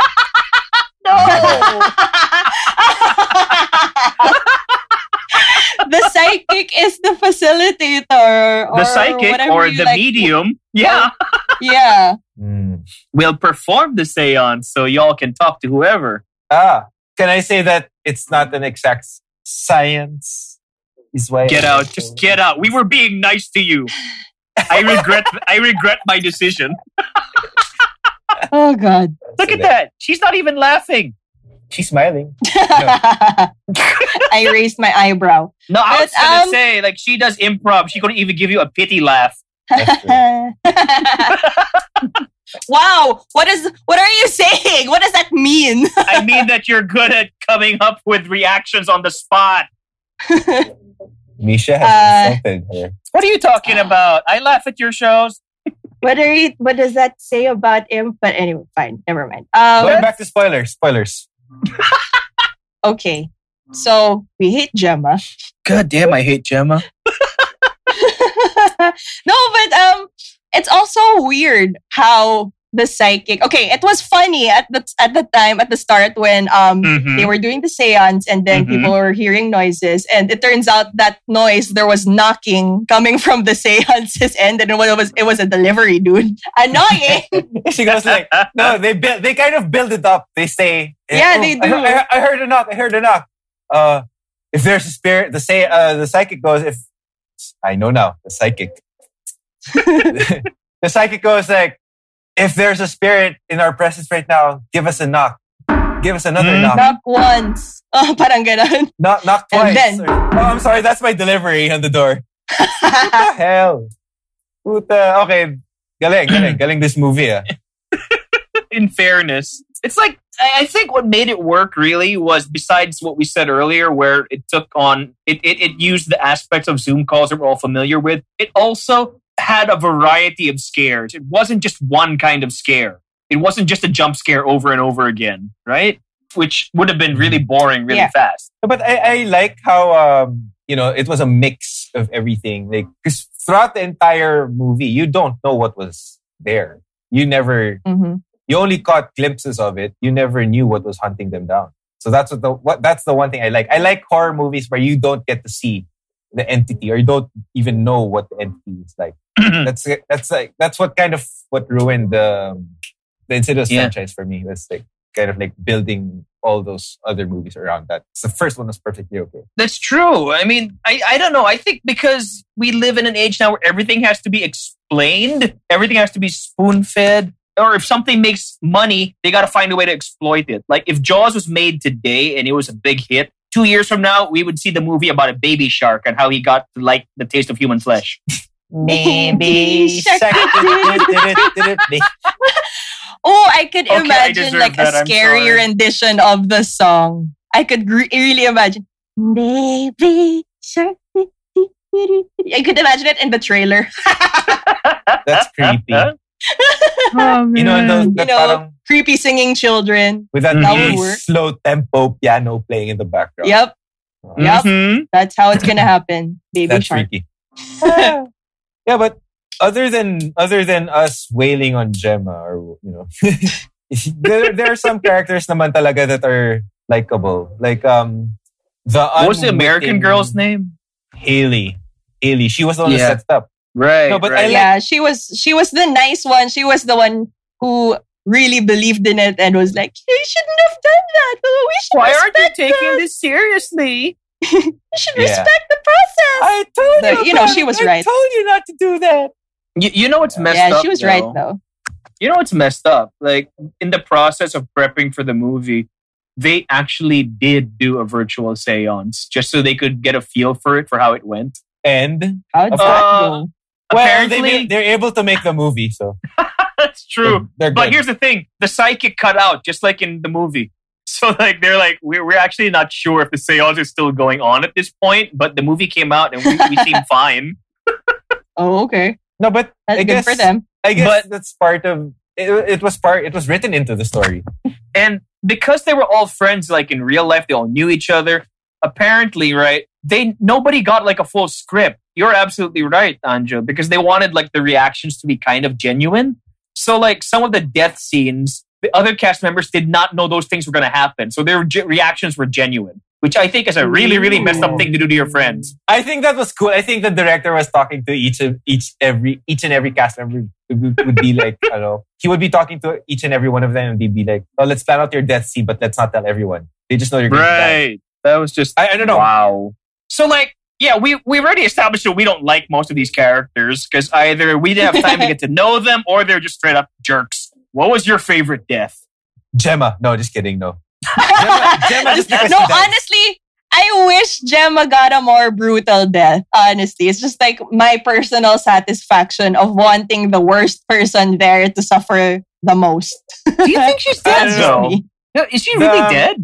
B: the psychic is the facilitator. Or
C: the psychic
B: whatever
C: or
B: you
C: the
B: like.
C: medium, yeah,
B: Yeah.
A: Mm.
C: will perform the seance so y'all can talk to whoever.
A: Ah, can I say that it's not an exact s- science? Is why
C: Get out, just get out. We were being nice to you. I regret I regret my decision.
B: Oh God.
C: Look at that. She's not even laughing.
A: She's smiling.
B: I raised my eyebrow.
C: No, I
B: But,
C: was gonna
B: um,
C: say, like she does improv. She couldn't even give you a pity laugh.
A: That's
B: wow. What is what are you saying? What does that mean?
C: I mean that you're good at coming up with reactions on the spot.
A: Misha
B: Uh,
A: has insulted her.
C: What are you talking about? I laugh at your shows.
B: what are you what does that say about him? But anyway, fine. Never mind. Um,
A: Going back to spoilers. Spoilers.
B: okay. So we hate Gemma.
C: God damn, I hate Gemma.
B: no, but um, it's also weird how the psychic. Okay, it was funny at the at the time at the start when um
C: Mm-hmm.
B: they were doing the seance and then
C: Mhm.
B: people were hearing noises and it turns out that noise there was knocking coming from the seance's end and it was it was a delivery dude. Annoying.
A: She goes like, no, they build, they kind of build it up. They say, eh,
B: Yeah,
A: I,
B: they do.
A: I, I heard a knock. I heard a knock. Uh, if there's a spirit, the say uh, the psychic goes. If I know now, the psychic. the psychic goes like, if there's a spirit in our presence right now, give us a knock. Give us another
C: Mm.
A: knock.
B: Knock once. Oh, parang ganun.
A: Knock, knock
B: And
A: twice. Or-
B: then-
A: oh, I'm sorry. That's my delivery on the door.
B: Ah.
A: What the hell? Puta. Okay. Galing, galing, galing this movie. ah.
C: in fairness, it's like I I think what made it work really was besides what we said earlier, where it took on it, it, it used the aspects of Zoom calls that we're all familiar with. It also had a variety of scares. It wasn't just one kind of scare. It wasn't just a jump scare over and over again, right? Which would have been really boring really
B: Yeah.
C: fast.
A: No, But I, I like how um, you know it was a mix of everything. Like 'cause throughout the entire movie, you don't know what was there. You never,
B: Mhm.
A: you only caught glimpses of it. You never knew what was hunting them down. So that's what the what that's the one thing I like. I like horror movies where you don't get to see the entity or you don't even know what the entity is like. That's that's like that's what kind of what ruined the um, the Insidious
C: Yeah.
A: franchise for me. That's like kind of like building all those other movies around that. So the first one was perfectly okay.
C: That's true. I mean, I, I don't know. I think because we live in an age now where everything has to be explained, everything has to be spoon fed. Or if something makes money, they got to find a way to exploit it. Like if Jaws was made today and it was a big hit, two years from now, we would see the movie about a baby shark and how he got to like the taste of human flesh.
B: Maybe
A: Shaq-
B: Oh, I could
C: Okay, I
B: imagine
C: deserve
B: like
C: that.
B: a
C: I'm
B: scarier
C: sorry.
B: rendition of the song. I could gre- really imagine. Baby shark. I could imagine it in the trailer.
A: That's creepy.
C: Oh,
A: You know, those, that
B: Mm-hmm. You know,
A: parang,
B: Creepy singing children.
A: with that,
C: That
A: really
B: would work.
A: slow tempo piano playing in the background.
B: Yep, Yep.
C: Mhm.
B: that's how it's gonna happen. Baby
A: That's
B: shark.
A: freaky. yeah, but other than other than us wailing on Gemma or you know there, there are some characters naman talaga that are likable. Like um the
C: What was the American girl's name?
A: Haley. Haley. She was the one
C: Yeah.
A: that set it up.
C: Right.
A: No, but I
C: right.
A: like-
B: yeah, she was she was the nice one. She was the one who really believed in it and was like, "You shouldn't have done that. Oh, we should
C: Why aren't
B: respect,
C: you taking this seriously?
B: we should
A: Yeah.
B: respect the process."
A: I told
B: The-
A: you,
B: you know,
A: about
B: she
A: it.
B: was
A: I
B: right.
A: told you not to do that.
C: You, you know what's messed up?
B: Yeah, she was right though.
C: you know what's messed up? Like in the process of prepping for the movie, they actually did do a virtual seance just so they could get a feel for it for how it went.
A: And
B: How did
C: Uh,
A: Of
B: that
C: course.
B: go?
A: Well, they,
C: Apparently,
A: they're able to make the movie, so
C: that's true.
A: They're, they're
C: But
A: good.
C: here's the thing: the psychic cut out, just like in the movie. So like they're like we're, we're actually not sure if the sales is still going on at this point, but the movie came out and we, we seem fine.
B: Oh, okay.
A: no, but
B: That's
A: I
B: good
A: guess
B: for them.
A: I guess
C: But-
A: that's part of it, it. Was part it was written into the story.
C: And because they were all friends, like in real life, they all knew each other. Apparently, right? They nobody got like a full script. You're absolutely right, Anjo, because they wanted like the reactions to be kind of genuine. So, like some of the death scenes, the other cast members did not know those things were going to happen, so their ge- reactions were genuine, which I think is a really, really messed up thing to do to your friends.
A: I think that was cool. I think the director was talking to each of each every each and every cast member would would be like, I know, he would be talking to each and every one of them, and they'd be like, "Oh, let's plan out your death scene, but let's not tell everyone. They just know you're going to die."
C: That was just
A: I, I don't know.
C: Wow. So like, yeah, we we already established that we don't like most of these characters because either we didn't have time to get to know them or they're just straight up jerks. What was your favorite death?
A: Gemma, no, just kidding, no. Gemma, Gemma just because
B: no,
A: she died.
B: honestly, I wish Gemma got a more brutal death. Honestly, it's just like my personal satisfaction of wanting the worst person there to suffer the most.
C: Do you think she's
B: That's
C: dead?
B: just
C: though?
B: me.
C: No, is she really
A: Um,
C: dead?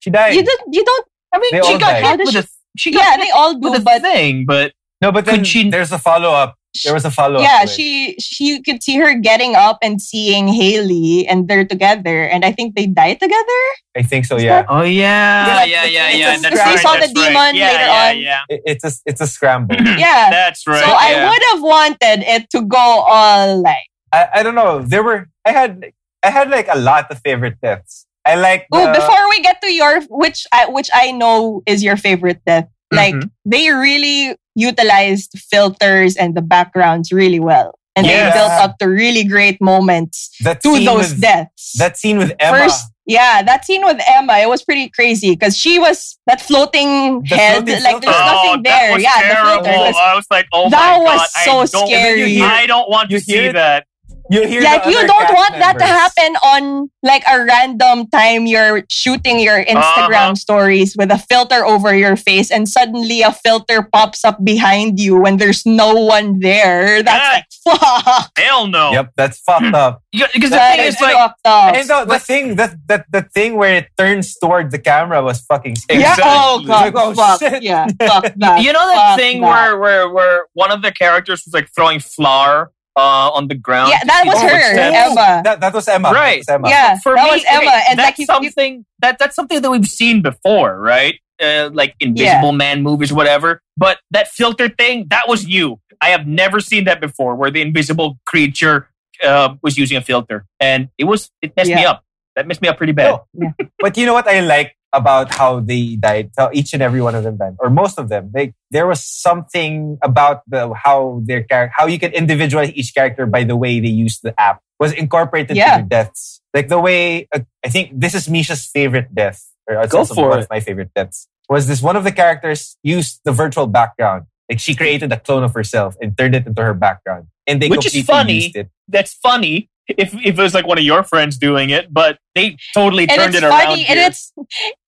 A: she died.
B: You don't. You don't.
C: I mean,
A: They
C: she
A: all
C: got
A: died.
C: hit with a she got
B: Yeah,
C: hit
B: they all do,
C: with a
B: but
C: thing, but
A: no, but then
C: Could she-
A: there's a follow up. There was a follow up.
B: yeah, she she you could see her getting up and seeing Haley, and they're together, and I think they die together.
A: I think so. Yeah,
C: oh yeah,
B: Yeah,
C: yeah, yeah,
B: it's-
C: yeah.
B: it's-
C: that's
A: it's- we
C: right,
A: saw
B: the
C: that's right.
B: demon
C: yeah,
B: later
C: yeah,
B: on.
C: Yeah,
A: It- it's a it's a scramble.
B: Yeah.
C: that's right.
B: so
C: yeah.
B: I would have wanted it to go all like,
A: I, I don't know. There were I had I had like a lot of favorite deaths. I like
B: oh, before we get to your which I which I know is your favorite death. Like
C: Mhm.
B: they really utilized filters and the backgrounds really well, and
A: Yes.
B: they built up to really great moments
A: that
B: to
A: scene
B: those
A: with,
B: deaths.
A: That scene with Emma.
B: First, yeah, that scene with Emma, it was pretty crazy because she was that floating
A: The
B: head,
A: floating
B: like there's
A: filter.
B: nothing
C: oh,
B: there.
C: That was
B: yeah,
C: terrible.
B: the filter.
C: I was like, oh
B: That
C: my
B: was
C: god,
B: so
C: I don't,
B: scary.
C: I don't want
A: You
C: to see
A: hear-
C: that.
A: you hear
B: Like
A: the
B: you
A: other
B: don't
A: cast
B: want that to
A: members.
B: happen on like a random time you're shooting your Instagram
C: Uh-huh.
B: stories with a filter over your face and suddenly a filter pops up behind you when there's no one there. That's like fuck.
C: Hell
B: Oh.
C: no.
A: Yep, that's
B: Hmm.
A: fucked up.
C: Because the
B: That
C: thing
B: is
C: is, like,
B: fucked up.
A: And the, the thing that that the thing where it turns toward the camera was fucking scary.
B: Yeah.
C: Exactly.
B: Oh god.
A: Like, oh,
B: fuck.
A: shit.
B: Yeah. Fuck that.
C: you know that
B: Fuck
C: thing
B: that.
C: where where where one of the characters was like throwing flour uh, on the ground.
B: Yeah,
C: to
B: that
C: see
B: was
C: the
A: Oh,
B: her,
C: footsteps?
A: that's-
B: Emma.
A: That, that was Emma.
C: Right.
A: That was Emma.
B: Yeah,
C: For
B: that
C: me,
B: was Emma,
C: okay,
B: and
C: that's
B: like you- you-
C: something that that's something that we've seen before, right? Uh, like Invisible Man movies, whatever. But that filter thing, that was new. I have never seen that before, where the invisible creature uh, was using a filter, and it was it messed me
B: Yeah.
C: up. That messed me up pretty bad.
A: No. Oh, But you know what I like about how they died, how each and every one of them died, or most of them. They, there was something about the how their character, how you can individualize each character by the way they use the app was incorporated
B: Yeah.
A: to their deaths. Like the way uh, I think this is Misha's favorite death, or it's
C: Go
A: also
C: for
A: one
C: it.
A: of my favorite deaths. Was this one of the characters used the virtual background? Like she created a clone of herself and turned it into her background, and they
C: Which is
A: completely
C: funny.
A: used it.
C: That's funny if if it was like one of your friends doing it, but they totally
B: and
C: turned
B: it's
C: it around.
B: funny and
C: here.
B: it's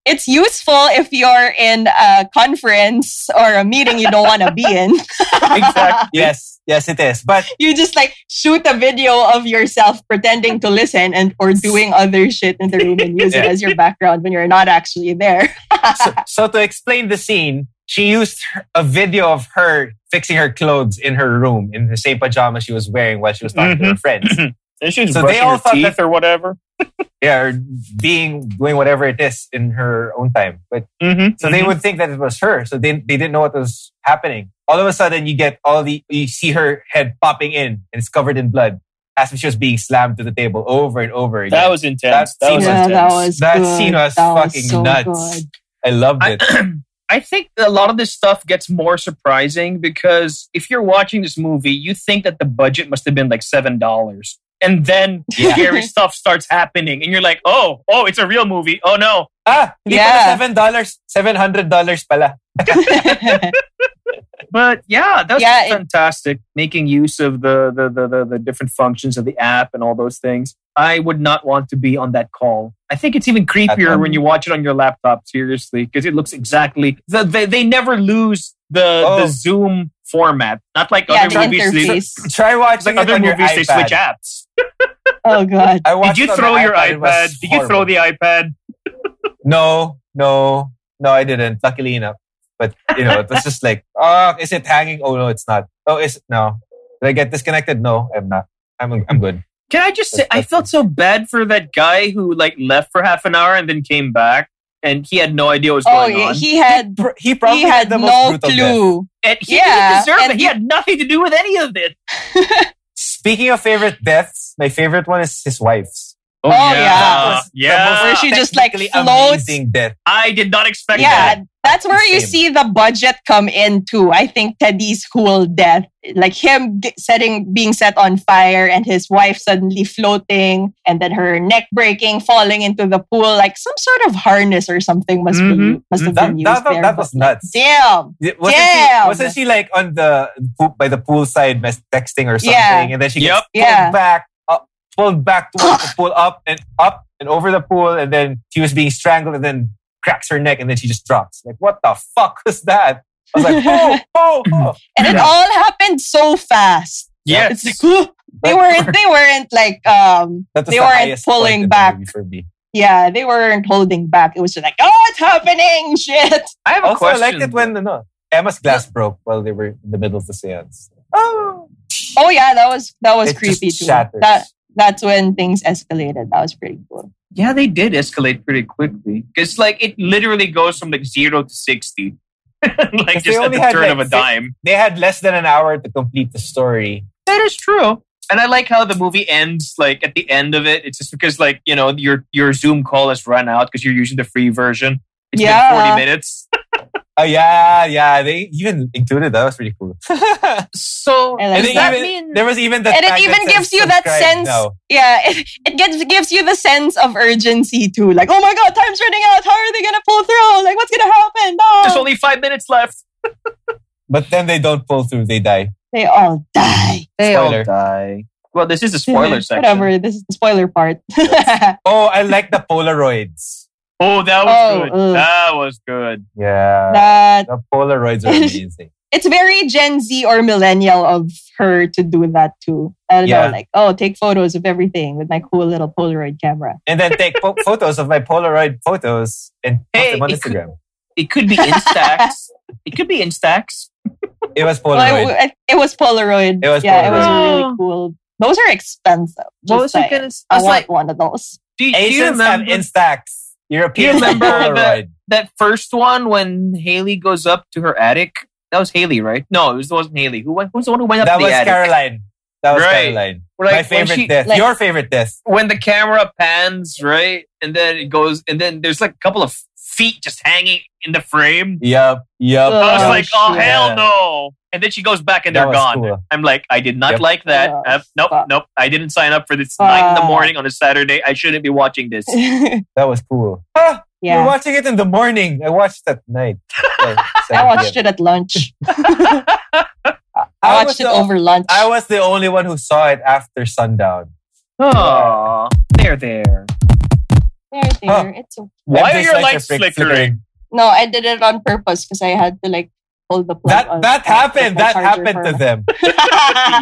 B: it's useful if you're in a conference or a meeting you don't want to be in
C: Exactly.
A: Yes, yes, it is. But
B: you just like shoot a video of yourself pretending to listen and or doing other shit in the room and use it
A: Yeah.
B: as your background when you're not actually there
A: so, so to explain the scene, she used her- a video of her fixing her clothes in her room in the same pajamas she was wearing while she was talking
C: Mm-hmm.
A: to her friends.
C: And she's
A: So they
C: brushing
A: all
C: her
A: thought
C: teeth
A: that-
C: or whatever.
A: Yeah, or being doing whatever it is in her own time. But
C: Mm-hmm.
A: so they would think that it was her. So they they didn't know what was happening. All of a sudden, you get all the you see her head popping in and it's covered in blood, as if she was being slammed to the table over and over again.
C: That was intense.
A: That
C: That was
A: scene
B: yeah
C: intense.
B: that was
A: That
B: good.
A: scene was
B: That
A: fucking
B: so
A: nuts.
B: good.
A: I loved it.
C: I, I think a lot of this stuff gets more surprising because if you're watching this movie, you think that the budget must have been like seven dollars, and then
A: Yeah.
C: scary stuff starts happening, and you're like, "Oh, oh, it's a real movie. Oh no,
A: ah, hindi pala
B: Yeah.
A: seven dollars, seven hundred dollars pala.
C: But yeah, that's
B: Yeah, it-
C: fantastic. Making use of the the, the the the different functions of the app and all those things. I would not want to be on that call. I think it's even creepier
A: home.
C: when you watch it on your laptop. Seriously, because it looks exactly the, they they never lose the
A: Oh.
C: the zoom format, not like
B: yeah, the
C: other movies. they-
B: interface.
A: Try
C: it's
A: watching
C: like
A: it
C: other
A: on
C: movies,
A: your
C: they
A: iPad.
C: switch apps.
B: Oh god.
A: I watched
C: Did you
A: it on
C: throw
A: my
C: your
A: iPad? It was
C: iPad? Did you throw
A: horrible.
C: the iPad?
A: No, no, no, I didn't. Luckily enough. But you know, it was just like, oh, is it hanging? Oh no, it's not. Oh, is no. Did I get disconnected? No, I'm not. I'm I'm good.
C: Can I just say
A: That's-
C: I
A: that's
C: felt so bad for that guy who like left for half an hour and then came back and he had no idea what was
B: Oh
C: going
B: yeah,
C: on.
B: he had
A: Pr- He probably
B: he had
A: the most
B: no
A: brutal death.
B: clue.
C: and he
B: yeah,
C: didn't deserve
B: and
C: it. He, had nothing to do with any of it.
A: Speaking of favorite deaths, my favorite one is his wife's.
B: Oh, yeah.
C: Uh, yeah.
A: That was the most
B: Where she just like
A: technically
B: floats.
A: amazing death.
C: I did not expect
B: Yeah,
C: that.
B: that's where you
A: Same.
B: see the budget come in too. I think Teddy's cool death, like him g- setting being set on fire and his wife suddenly floating and then her neck breaking, falling into the pool, like some sort of harness or something must
C: Mhm.
B: be must
A: Mm-hmm.
B: have
A: That,
B: been used
A: that,
B: there.
A: that, that
B: but
A: was nuts.
B: damn.
A: Yeah, Wasn't,
B: Damn.
A: She, wasn't she like on the poop by the poolside mes- texting or something?
B: Yeah.
A: And then she
C: Yep.
A: gets pulled
B: Yeah.
A: back, up, pulled back towards the pool, up and up and over the pool, and then she was being strangled, and then cracks her neck, and then she just drops. Like, what the fuck was that? I was like, oh, oh, oh.
B: And it
C: Yeah.
B: all happened so fast.
C: Yeah.
B: It's like "Huh?" they weren't they weren't like um
A: That was
B: They
A: the
B: weren't
A: highest point
B: pulling
A: in the
B: back.
A: movie for me.
B: yeah, they weren't holding back. It was just like, oh it's happening, shit.
C: I have a
A: Also,
C: question.
A: I liked it when no, Emma's glass broke while they were in the middle of the seance. Oh,
B: Oh yeah, that was that was
A: It just
B: creepy too.
A: shatters.
B: That that's when things escalated. That was pretty cool.
C: Yeah, they did escalate pretty quickly. It's like it literally goes from like zero to sixty, like
A: Because they
C: just at
A: only
C: the
A: had,
C: turn
A: like,
C: of a
A: six-
C: dime.
A: they had less than an hour to complete the story.
C: That is true. And I like how the movie ends. Like at the end of it, it's just because like you know your your Zoom call has run out because you're using the free version. It's
B: Yeah.
C: been forty minutes.
A: Oh yeah, yeah. They even included that. That was pretty cool.
C: So
B: I like
C: does
A: they
C: that
A: even-
C: mean
A: There was even the
B: and
A: tag
B: it even
A: that says
B: gives you that
A: subscribe
B: sense.
A: now.
B: Yeah, it, it gives gives you the sense of urgency too. Like, oh my god, time's running out. How are they gonna pull through? Like, what's gonna happen?
C: there's
B: No,
C: only five minutes left?
A: But then they don't pull through. They die.
B: they all die.
C: They
A: Spoiler.
C: die. Well, this is a spoiler section.
B: Whatever. This is the spoiler part.
A: Oh, I like the Polaroids.
C: Oh, that was
B: Oh,
C: good.
B: ugh.
C: That was good.
A: Yeah,
B: that
A: the Polaroids are amazing.
B: it's very Gen Z or millennial of her to do that too. I don't
A: Yeah.
B: know, like, oh, take photos of everything with my cool little Polaroid camera.
A: and then take po- photos of my Polaroid photos and post
C: Hey,
A: them on
C: it could-
A: Instagram.
C: It could be Instax. it could be Instax.
A: It was
B: Well, Oh, I-
A: Polaroid.
B: I- it was Polaroid.
A: It was
B: yeah, it was
C: Polaroid.
B: really cool. Those are expensive.
C: What
B: Just
C: was I
B: saying.
C: gonna? s- I
B: I
C: was
B: want
C: like,
B: one of those.
C: do, do you
A: Asians have
C: remember
A: Instax. Europeans
C: Do you
A: have
C: remember the-
A: Polaroid.
C: that first one when Haley goes up to her attic? That was Haley, right? No, it, was, it wasn't Haley. Who went, who's the one who went up
A: That
C: to the
A: was
C: attic?
A: Caroline. That was
C: Right.
A: Caroline.
C: Like,
A: my
C: when
A: favorite
C: she-
A: death.
B: like-
A: Your favorite death.
C: when the camera pans right and then it goes and then there's like a couple of feet just hanging in the frame
A: Yup. Yup.
B: I
C: i was
B: Oh,
C: like oh
B: shit.
C: hell no and then she goes back and
A: That
C: they're
A: was
C: gone
A: cool.
C: i'm like i did not
A: Yep.
C: like that
B: Oh,
C: Uh, nope
B: fuck. Ah.
C: nope i didn't sign up for this nine in the
B: Fuck.
C: morning on a saturday i shouldn't be watching this
A: That was cool. Ah, We're
B: yeah.
A: watching it in the morning. I watched at night.
B: I watched it at lunch. I watched it over lunch.
A: uh, I was the only one who saw it after sundown.
C: oh they're there
B: There, there, it's okay.
C: why are
A: Every
C: your
A: slice
C: lights
A: of flick-
C: flickering,
B: No, I did it on purpose because I had to like hold the plug.
A: That
B: on-
A: that
B: on
A: happened.
B: my
A: That
B: charger
A: happened
B: for-
A: to them.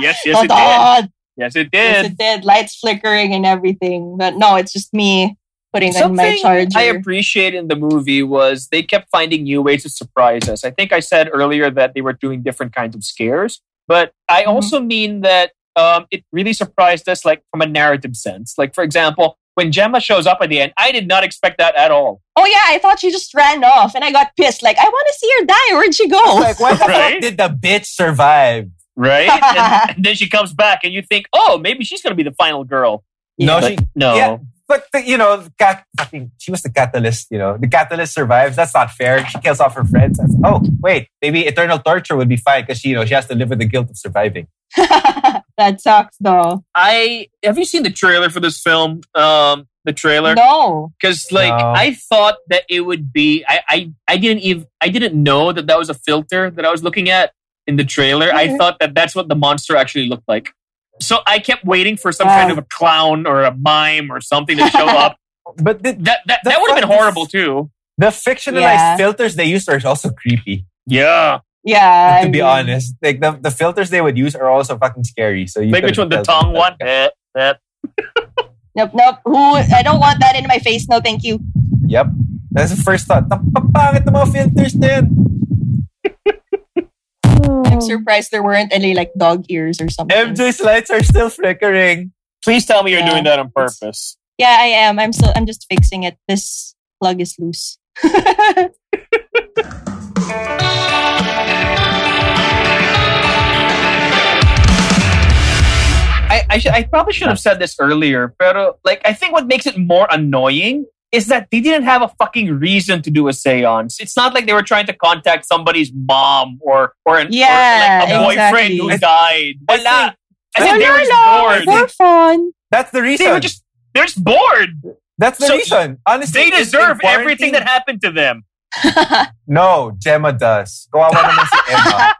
C: yes yes
B: Hold
C: it did
B: on.
C: yes it
B: Yes,
C: did
B: it did. Lights flickering and everything. But no, it's just me putting on my
C: Something
B: charger.
C: I appreciate in the movie was they kept finding new ways to surprise us. I think I said earlier that they were doing different kinds of scares, but I
B: Mhm.
C: also mean that um, it really surprised us, like from a narrative sense. Like for example, when Gemma shows up at the end, I did not expect that at all.
B: oh yeah, I thought she just ran off, and I got pissed. Like I want to see her die. Where'd she go?
A: Like, why the
C: Right?
A: fuck did the bitch survive?
C: Right? and, and then she comes back, and you think, oh, maybe she's going to be the final girl.
A: No,
C: But
A: she.
C: no.
A: yeah. But the, you know, cat, fucking, she was the catalyst. You know, the catalyst survives. That's not fair. She kills off her friends. That's- oh wait, maybe eternal torture would be fine because she, you know, she has to live with the guilt of surviving.
B: that sucks though.
C: I have you seen the trailer for this film? Um, the trailer.
B: No.
C: because like
A: No.
C: I thought that it would be I, I I didn't even I didn't know that that was a filter that I was looking at in the trailer. I
B: Mhm.
C: thought that that's what the monster actually looked like. So I kept waiting for some
B: Wow.
C: kind of a clown or a mime or something to show up.
A: But the,
C: That that,
A: The
C: that would have been
A: fuck-
C: horrible too.
A: the fictionalized
B: Yeah.
A: filters they used are also creepy.
C: Yeah.
B: yeah.
A: to
B: I
A: be
B: mean,
A: honest, like the, the filters they would use are also fucking scary. So you
E: Like which one?
A: couldn't
E: The
A: tell them
E: tongue one?
A: that.
E: Eh, eh.
B: Nope, nope. Who? I don't want that in my face. No, thank you.
A: Yep. That's the first thought. Napapangit ng mga filters na yan.
B: I'm surprised there weren't any like dog ears or something.
A: MJ's lights are still flickering.
C: Please tell me you're
B: Yeah.
C: doing that on purpose.
B: Yeah, I am. I'm still. I'm just fixing it. This plug is loose.
E: I, I, should, I probably should have said this earlier, but like I think what makes it more annoying is that they didn't have a fucking reason to do a séance. It's not like they were trying to contact somebody's mom or or an
B: Yeah,
E: or, like, a boyfriend
B: exactly.
E: who died. Wala. I think they were
B: Wala
E: just bored.
B: lang, For fun.
A: That's the reason.
E: They were just they're just bored.
A: That's the
E: So-
A: reason. Honestly,
E: They
A: in- in
E: deserve everything
A: quarantine-
E: that happened to them.
A: No, Gemma does. Kawawa naman si Emma.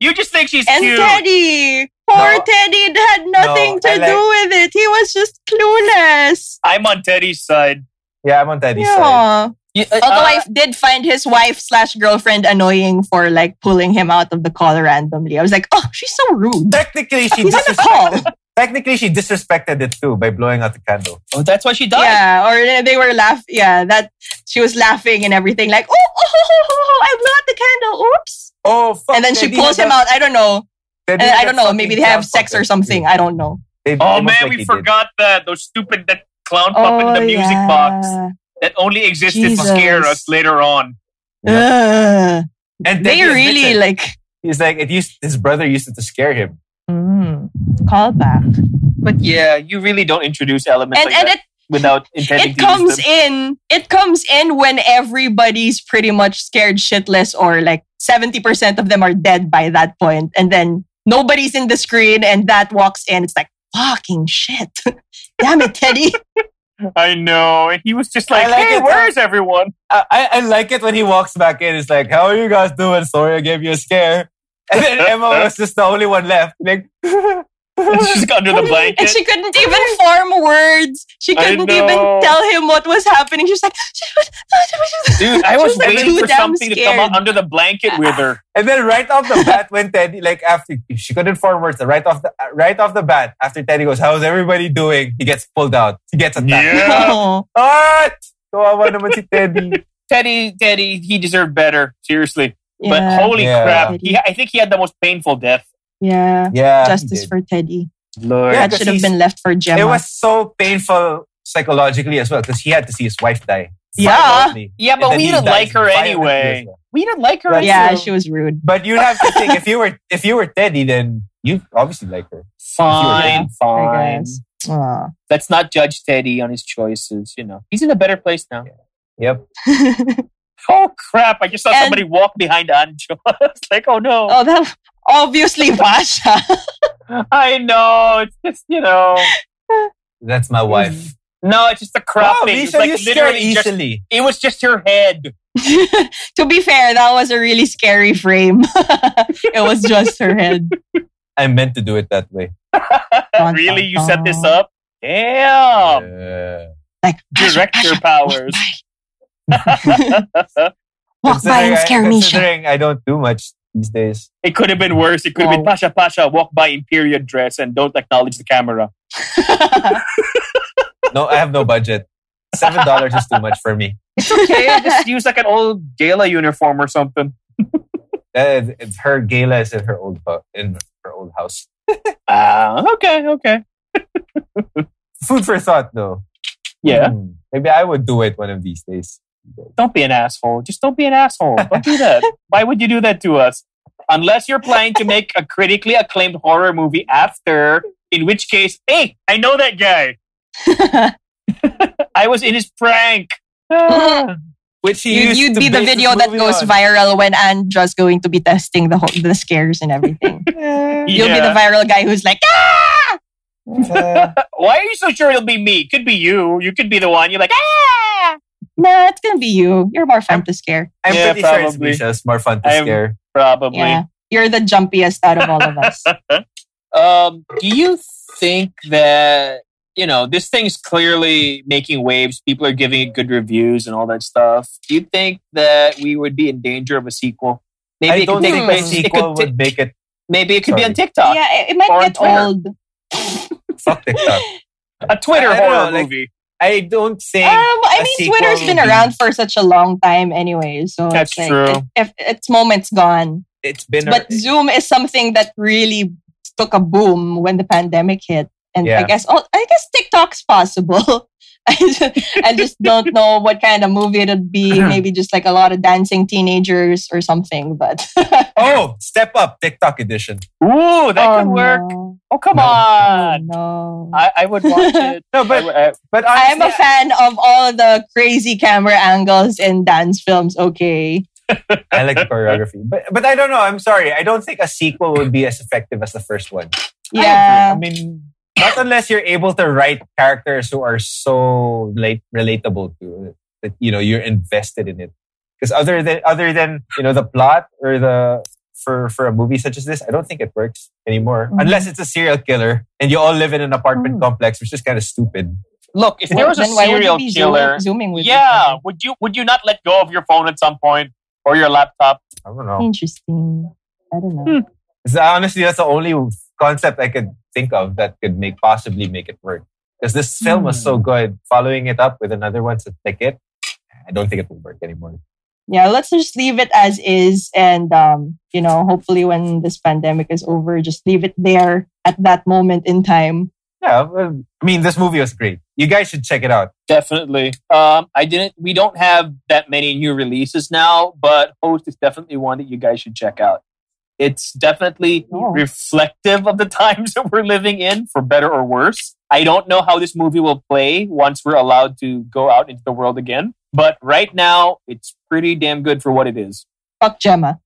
E: You just think she's
B: and
E: cute.
B: Teddy. Poor
A: No.
B: Teddy. It had nothing to
A: I like-
B: do with it. He was just clueless.
E: I'm on Teddy's side. Uh,
A: Yeah, I'm on Teddy's side.
B: Yeah. Uh, Although I did find his wife slash girlfriend annoying for like pulling him out of the call randomly. I was like, oh, she's so rude.
A: Technically, she
B: He's on the
A: disrespected.
B: call.
A: Technically, she disrespected it too by blowing out the candle.
E: oh, that's why she died.
B: Yeah, or they were laugh. Yeah, that she was laughing and everything. Like, oh, oh, oh, oh, oh, I blew out the candle. Oops.
A: Oh, fuck.
B: and then she
A: Teddy
B: pulls
A: had
B: him
A: that-
B: out. I don't know.
A: Teddy had
B: And I
A: that
B: don't know.
A: fucking
B: Maybe they have
A: jump
B: sex or
A: puppet.
B: something. I don't know.
A: They-
E: Oh
A: they most
E: man, we
A: likely did.
E: forgot that those stupid that clown puppet
B: Oh,
E: in the music box that only existed to scare
B: Jesus.
E: us later on.
B: Ugh.
A: And
B: they
A: Teddy admits
B: really
A: it.
B: like
A: He's like, it used, his brother used it to scare him.
B: mm, call back.
E: But yeah, you really don't introduce elements
B: And
E: like
B: and
E: that
B: it
E: without intending
B: it
E: to use
B: comes
E: them.
B: in it comes in when everybody's pretty much scared shitless or like 70% of them are dead by that point and then nobody's in the screen and that walks in it's like fucking shit damn it teddy
C: I know. And he was just like,
A: I like
C: hey,
A: it,
C: where is everyone?
A: I, I- I like it when he walks back in. It's like, how are you guys doing? Sorry, I gave you a scare. And then Emma was just the only one left. Like,
C: She's under the
B: and
C: blanket.
B: she couldn't even form words she
C: I
B: couldn't
C: know.
B: even tell him what was happening she was like
C: Dude,
E: I
B: She
E: was
B: was, like,
E: waiting
B: too
E: for
B: damn
E: something to come
B: scared.
C: out under the blanket with her.
A: and then right off the bat, when Teddy, like after she couldn't form words, right off the right off the bat, after Teddy goes, "How's everybody doing?" He gets pulled out. He gets attacked.
C: Yeah.
B: no
A: What? Kawawa naman si Teddy.
C: Teddy, Teddy, he deserved better. Seriously.
B: yeah,
C: But holy
A: Yeah.
C: crap. He, I think he had the most painful death.
B: yeah.
A: Yeah. he
B: justice
A: did.
B: for teddy
C: Lord.
A: Yeah,
B: that should
A: 'cause
B: have been
A: he's-
B: left for gemma
A: It was so painful psychologically as well because he had to see his wife die.
B: Yeah.
A: violently.
C: Yeah,
A: And
C: but
A: then
C: we
A: he
C: didn't
A: dies
C: like her
A: violently
C: anyway.
A: as well.
C: We didn't like her
A: Right.
B: yeah
C: anyway.
B: she was rude
A: But you'd have to think if you were if you were Teddy, then you obviously like her.
C: Fine,
B: I
C: fine.
B: guess. Aw.
C: Let's not judge Teddy on his choices. You know, he's in a better place now.
A: Yep.
C: Oh crap! I just saw
B: And-
C: somebody walk behind Anjo. I was like, oh no!
B: Oh, that obviously Basha.
C: I know. It's just you know.
A: That's my wife.
B: Mm-hmm.
C: No, it's just the crap
A: Wow,
C: thing.
A: Lisa,
C: It's like
A: you scare
C: literally just.
A: easily.
C: It was just her head.
B: to be fair, that was a really scary frame. it was just her head.
A: I meant to do it that way.
B: Dun,
C: really,
B: dun,
C: you set this
B: dun.
C: up? Damn!
A: Yeah.
B: Like Basha,
C: Director
B: Basha,
C: powers.
B: Basha. Walk by
A: Considering
B: and
A: I-
B: scare Misha.
A: Considering I don't do much these days.
C: It could have been worse. It could have been
B: Wow.
C: Pasha Pasha walk by in period dress and don't acknowledge the camera.
A: No, I have no budget. Seven dollars is too much for me.
C: Okay, I just use like an old gala uniform or something.
A: That is- it's her gala is in her old ho- in her old house.
C: Ah, okay, okay.
A: Food for thought, though.
C: Yeah,
A: Hmm. maybe I would do it one of these days.
C: don't be an asshole. Just don't be an asshole. Don't do that. Why would you do that to us? Unless you're planning to make a critically acclaimed horror movie after, in which case, hey, I know that guy. I was in his prank. Ah.
A: Which he
B: you,
A: used
B: you'd
A: to
B: be the
A: base his
B: video that
A: movie
B: goes
A: on.
B: viral when Andra's going to be testing the whole, the scares and everything. You'll be the
C: Yeah.
B: viral guy who's like, ah!
A: Uh,
C: Why are you so sure it'll be me? It could be you. You could be the one. You're like, ah!
B: No, it's gonna be you. You're more fun to scare.
A: I'm
C: Yeah,
A: pretty sure it's
C: probably.
A: Misha. It's more fun to
C: I'm-
A: scare.
C: Probably.
B: Yeah. You're the jumpiest out of all of us.
C: Um, do you think that you know this thing's clearly making waves? People are giving it good reviews and all that stuff. Do you think that we would be in danger of a sequel? Maybe
A: I
C: it could
A: don't
C: take
A: think a
C: place. It
A: sequel
C: could
A: would
C: t-
A: make it
C: maybe it could be
A: Sorry.
C: on TikTok,
B: yeah, it, it might
C: Or on
B: get
C: Twitter.
B: old. Um,
A: fuck TikTok.
C: a Twitter
A: I don't
C: horror
A: know, like-
C: movie.
A: I don't think.
B: Um, I
A: a
B: mean,
A: sequel
B: Twitter's been
A: would be-
B: around for such a long time anyway, so
C: That's
B: it's like,
C: true.
B: It, if its moment's gone,
A: it's been.
B: but Zoom is something that really took a boom when the pandemic hit, and I
A: Yeah.
B: guess oh, I guess TikTok's possible. I just, I just don't know what kind of movie it'd be. Maybe just like a lot of dancing teenagers or something. But
A: oh, step up TikTok edition.
C: Ooh, that
B: Oh,
C: could work.
B: no.
C: Oh come
A: No.
B: Oh,
C: on!
B: no.
C: I, I would watch it.
A: No,
C: I would- I-
A: but
B: I am
A: honestly,
B: a fan of all the crazy camera angles in dance films. Okay.
A: I like the choreography, but but I don't know. I'm sorry. I don't think a sequel would be as effective as the first one. I
B: Yeah.
A: mean, not unless you're able to write characters who are so late, relatable to that. You know, you're invested in it. Because other than other than you know the plot or the for for a movie such as this, I don't think it works anymore.
B: Mhm.
A: Unless it's a serial killer and you all live in an apartment
B: Mm.
A: complex, which is kind of stupid.
C: look, if there was a
B: Then why would
C: serial
B: you be
C: killer,
B: zooming- Zooming with
C: yeah, would you would you not let go of your phone at some point or your laptop?
A: I don't
B: each other?
A: know.
B: Interesting. I don't know.
C: Hmm.
A: It's- honestly, that's the only concept I could think of that could make possibly make it work. Because this film was so good, following it up with another one to like it, I don't think it will work anymore.
B: Yeah, let's just leave it as is, and um, you know, hopefully when this pandemic is over, just leave it there at that moment in time.
A: Yeah, well, I mean, this movie was great. You guys should check it out.
C: Definitely. Um, I didn't. We don't have that many new releases now, but Host is definitely one that you guys should check out. It's definitely
B: No.
C: reflective of the times that we're living in, for better or worse. I don't know how this movie will play once we're allowed to go out into the world again, but right now it's pretty damn good for what it is.
B: Fuck Gemma.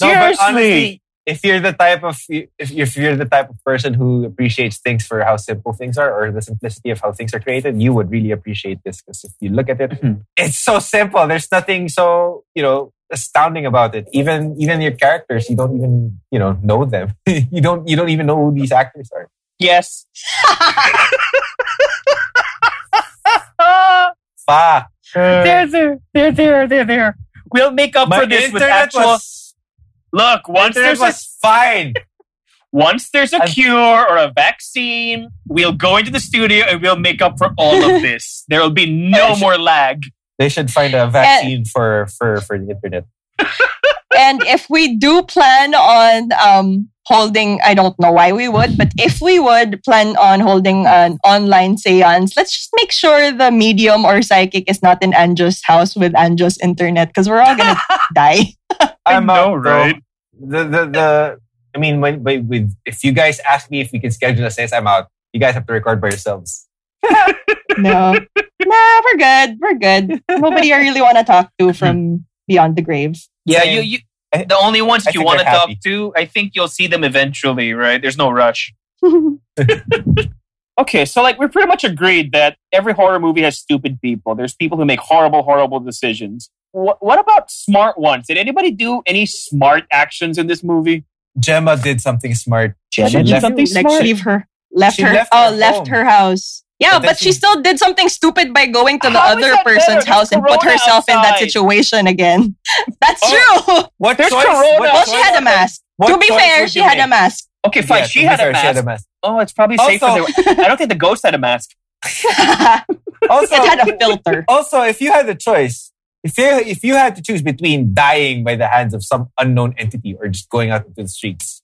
A: No, but
C: Seriously,
A: honestly, if you're the type of if if you're the type of person who appreciates things for how simple things are or the simplicity of how things are created, you would really appreciate this because if you look at it,
C: Mhm.
A: it's so simple. There's nothing so you know astounding about it. Even even your characters, you don't even you know know them. you don't you don't even know who these actors are.
C: yes.
A: Fuck.
C: They're there. They're there. They're there. We'll make up
A: My
C: for this with
A: internet
C: actual.
A: was,
C: Look, once
A: internet
C: there's a
A: was fine.
C: once there's a
A: I'm-
C: cure or a vaccine, we'll go into the studio and we'll make up for all of this. There will be no more lag.
A: They should find a vaccine for for for the internet.
B: and if we do plan on um, holding, I don't know why we would, but if we would plan on holding an online seance, let's just make sure the medium or psychic is not in Anjo's house with Anjo's internet because we're all going to die.
A: I'm
C: I know,
A: out, bro.
C: right?
A: The the the. I mean, when, when, with if you guys ask me if we can schedule a sense, I'm out. You guys have to record by yourselves.
B: No. nah, we're good. We're good. Nobody I really want to talk to from beyond the grave.
C: Yeah,
A: Same.
C: you, you the only ones
A: I
C: you
A: think
C: want to
A: they're
C: talk
A: happy.
C: to, I think you'll see them eventually, right? There's no rush. Okay, so like we're pretty much agreed that every horror movie has stupid people. There's people who make horrible, horrible decisions. What, what about smart ones? Did anybody do any smart actions in this movie?
A: Gemma did something smart.
C: Jenna did
A: left-
C: something
B: like
C: smart.
B: leave her left
A: She
B: her
A: left
B: oh
A: her
B: left
A: home.
B: her house yeah
A: But
B: but,
A: then
B: she
A: she-
B: still did something stupid by going to the
C: How is
B: other
C: that better?
B: person's
C: There's
B: house and put
C: corona
B: herself in that
C: outside.
B: situation again that's true
A: What
C: There's
A: choice?
C: corona.
A: Oh. What
B: well
C: that's
B: she
A: choice-
B: had a mask
A: what
B: to be
A: choice
B: fair
A: would
B: she
A: you
B: had a
A: make?
B: mask
C: Okay, fine.
A: Yeah,
C: she,
A: to
C: had
A: be fair,
C: a
A: she had a
C: mask.
A: mask.
C: Oh, it's probably safer.
A: Also-
C: than- I don't think the ghost had a mask.
B: it
A: Also,
B: had a filter
A: also, if you had a choice, if you if you had to choose between dying by the hands of some unknown entity or just going out into the streets,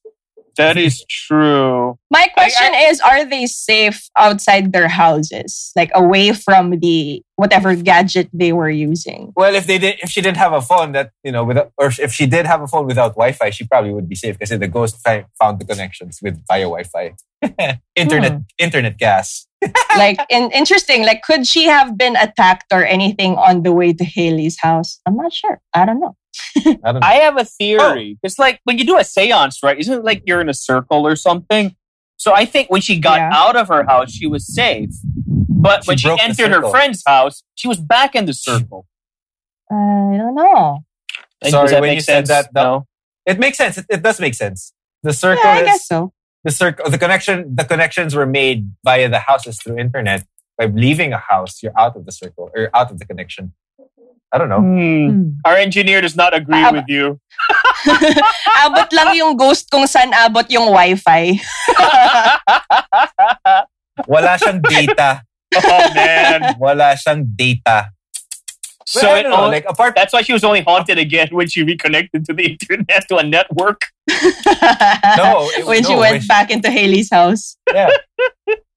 C: That is true.
B: my question is are they safe outside their houses like away from the whatever gadget they were using
A: well, if they did, if she didn't have a phone that you know, without, or if she did have a phone without Wi-Fi, she probably would be safe because the ghost fi- found the connections with via Wi-Fi, internet,
B: Hmm.
A: internet gas.
B: like in, interesting like could she have been attacked or anything on the way to haley's house i'm not sure i don't know
A: I don't know.
C: I have a theory. It's like when you do a seance, right? Isn't it like you're in a circle or something? So I think when she got
B: Yeah.
C: out of her house, she was safe. But
A: She
C: when she
A: broke the
C: entered her
A: circle.
C: friend's house, she was back in the circle.
B: I don't know.
C: And
A: Sorry,
C: does that
A: when
C: make
A: you said
C: sense?
A: that, that-
C: no.
A: it makes sense. It, it does make sense. The circle
B: Yeah, I
A: is
B: guess so.
A: the circle. The connection. The connections were made via the houses through internet. By leaving a house, you're out of the circle or out of the connection. I don't know.
C: Hmm. Our engineer does not agree
B: Ah,
C: with you.
B: abot lang yung ghost kung saan abot yung wifi.
A: Wala siyang data.
C: Oh man.
A: Wala siyang data. But
C: So
A: I
C: it
A: don't know,
C: all,
A: like apart
C: that's why she was only haunted again when she reconnected to the internet to a network.
A: no, it-
B: when she
A: no,
B: went back into Haley's house.
A: yeah.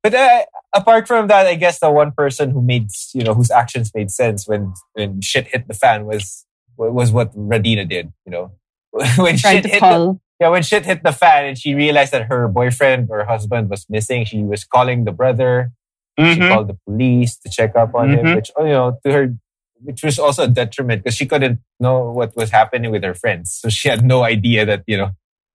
A: But uh, apart from that, I guess the one person who made you know whose actions made sense when when shit hit the fan was was what Radina did. You know, when
B: Tried
A: shit
B: to
A: hit the,
B: call.
A: yeah when shit hit the fan and she realized that her boyfriend or husband was missing, she was calling the brother.
B: Mm-hmm.
A: She
C: Mhm.
A: called the police to check up on
C: Mhm.
A: him, which you know to her. Which was also a detriment because she couldn't know what was happening with her friends, so she had no idea that you know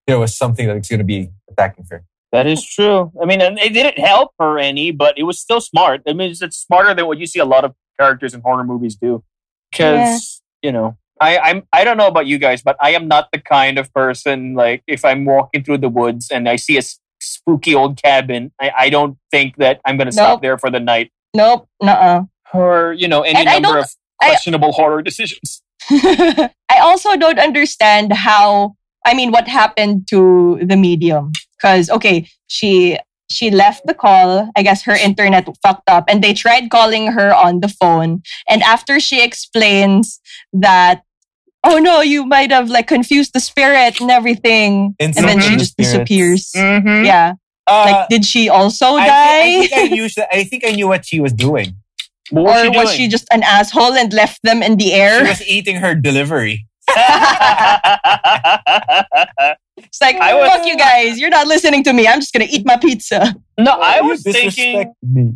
A: there was something that was going to be attacking her.
C: That is true. I mean, and it didn't help her any, but it was still smart. I mean, it's, it's smarter than what you see a lot of characters in horror movies do. Because you know, I, I'm I don't know about you guys, but I am not the kind of person like if I'm walking through the woods and I see a s- spooky old cabin, I, I don't think that I'm going to
B: Nope.
C: stop there for the night
B: Nope, nuh-uh.
C: or you know any
B: And I don't-
C: number of
B: I-
C: questionable horror decisions.
B: I also don't understand how I mean what happened to the medium because okay she she left the call I guess her internet fucked up and they tried calling her on the phone and after she explains that oh no you might have like confused the spirit and everything and then she
A: Insulted
B: just
A: the spirits.
B: disappears
C: Mm-hmm.
B: yeah
A: Uh,
B: like did she also
A: I,
B: die
A: thi- I think I knew. she- I think I knew what she was doing.
C: What
B: or
C: was she doing?
B: was she just an asshole and left them in
A: She
B: the air
A: was eating her delivery.
B: it's like
C: I was-
B: fuck you guys you're not listening to me I'm just gonna eat my pizza
C: no, I
A: You
C: was thinking.
A: disrespect Me.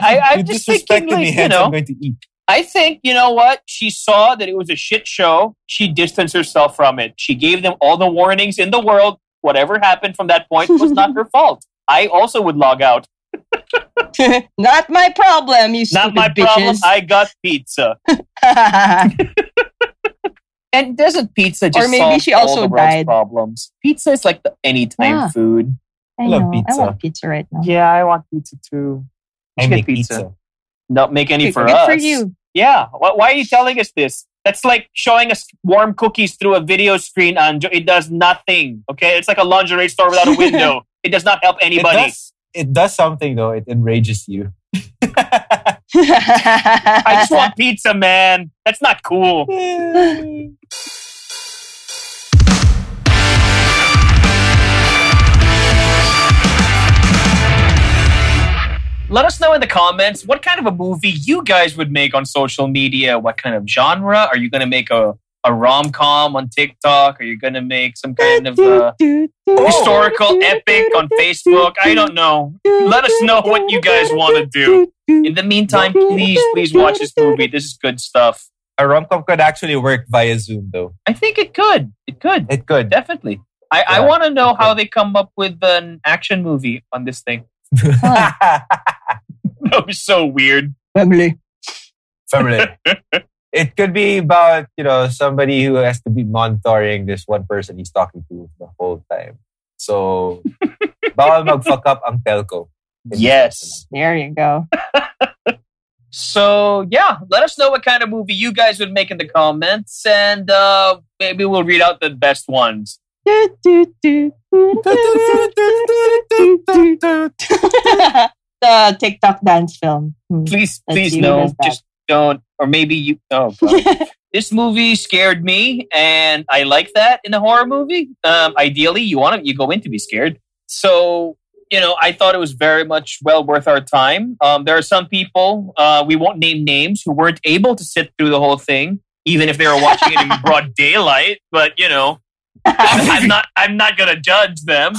C: I,
A: You
C: I'm just thinking,
A: disrespected me,
C: like, you
A: hence I'm
C: know,
A: going to eat.
C: I think you know what she saw that it was a shit show. She distanced herself from it. She gave them all the warnings in the world. Whatever happened from that point was not her fault. I also would log out.
B: Not my problem, you
C: Not
B: stupid
C: my problem.
B: bitches.
C: I got pizza. And doesn't pizza
B: Or
C: just
B: maybe
C: solve
B: she
C: all
B: also
C: the world's
B: died. Ah.
C: problems? Pizza is like the anytime
B: Yeah.
C: food.
B: I
A: love
B: know,
A: pizza.
B: I want pizza right now.
C: Yeah, I want pizza too.
A: I
C: Let's
A: make
C: get
A: pizza.
C: pizza. Not make any
B: Good-
C: for
B: good
C: us.
B: for you.
C: Yeah. Why, why are you telling us this? That's like showing us warm cookies through a video screen, Anjo. It does nothing. Okay. It's like a lingerie store without a window. it does not help
A: It
C: anybody.
A: does, it does something though. It enrages you.
C: I just want pizza, man. That's not cool. Let us know in the comments what kind of a movie you guys would make on social media. What kind of genre? Are you going to make a, a rom com on TikTok? Are you going to make some kind of uh, historical epic on Facebook? I don't know. Let us know what you guys want to do. In the meantime, please, please watch this movie. This is good stuff.
A: A rom com could actually work via Zoom though.
C: I think it could. It could.
A: It could.
C: Definitely. I, I
A: Yeah,
C: want to know
A: it
C: how
A: could.
C: they come up with an action movie on this thing. That was so weird.
B: Family.
A: Family. It could be about you know somebody who has to be monitoring this one person he's talking to the whole time. So, bawal mag-fuck up ang telco.
C: Yes.
B: There you go.
C: So, yeah, let us know what kind of movie you guys would make in the comments, and uh, maybe we'll read out the best ones.
B: the TikTok dance film. Hmm.
C: Please,
B: Let's
C: please,
B: see who
C: no.
B: does that.
C: Just don't. Or maybe you. Oh, God. this movie scared me, and I like that in a horror movie. Um, ideally, you want to you go in to be scared. So you know, I thought it was very much well worth our time. Um, there are some people uh, we won't name names who weren't able to sit through the whole thing, even if they were watching it in broad daylight. But you know, I'm, I'm not I'm not gonna judge them.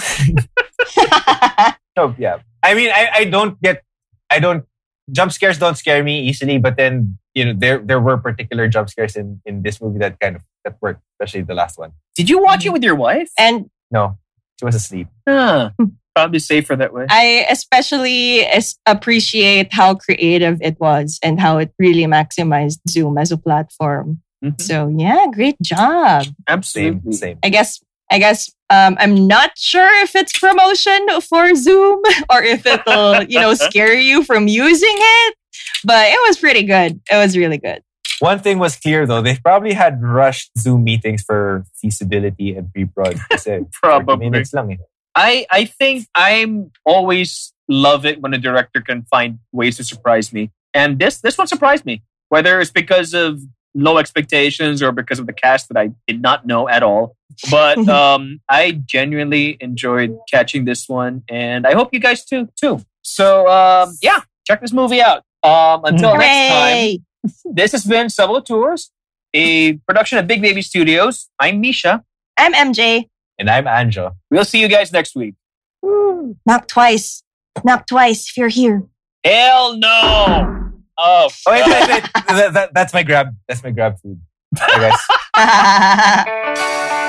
A: So yeah, I mean, I, I don't get, I don't jump scares don't scare me easily, but then you know there there were particular jump scares in in this movie that kind of that worked, especially the last one.
C: Did you watch it with your wife?
B: Mm-hmm. and
A: No, she was asleep.
C: Huh. Probably safer that way.
B: I especially es- appreciate how creative it was and how it really maximized Zoom as a platform.
C: Mhm.
B: So yeah, great job.
A: Same,
C: Absolutely.
A: same.
B: I guess I guess um, I'm not sure if it's promotion for Zoom or if it'll you know scare you from using it, but it was pretty good. It was really good.
A: One thing was clear though, they probably had rushed Zoom meetings for feasibility and pre-prod. Kasi 40
C: Probably.
A: minutes lang eh.
C: I I think I'm always love it when a director can find ways to surprise me. And this this one surprised me. Whether it's because of low expectations or because of the cast that I did not know at all. But um, I genuinely enjoyed catching this one and I hope you guys too too. So um, yeah, check this movie out. Um, until next time.
B: Hooray!
C: This has been Tours, a production of Big Baby Studios. I'm Misha.
B: I'm MJ.
A: And I'm Anjo.
C: We'll see you guys next week.
B: Knock twice. Knock twice if you're here.
C: Hell no! Oh,
A: Oh, wait, wait, wait. that, that, that's my grab. That's my grab food. Okay, guys.
B: Bye.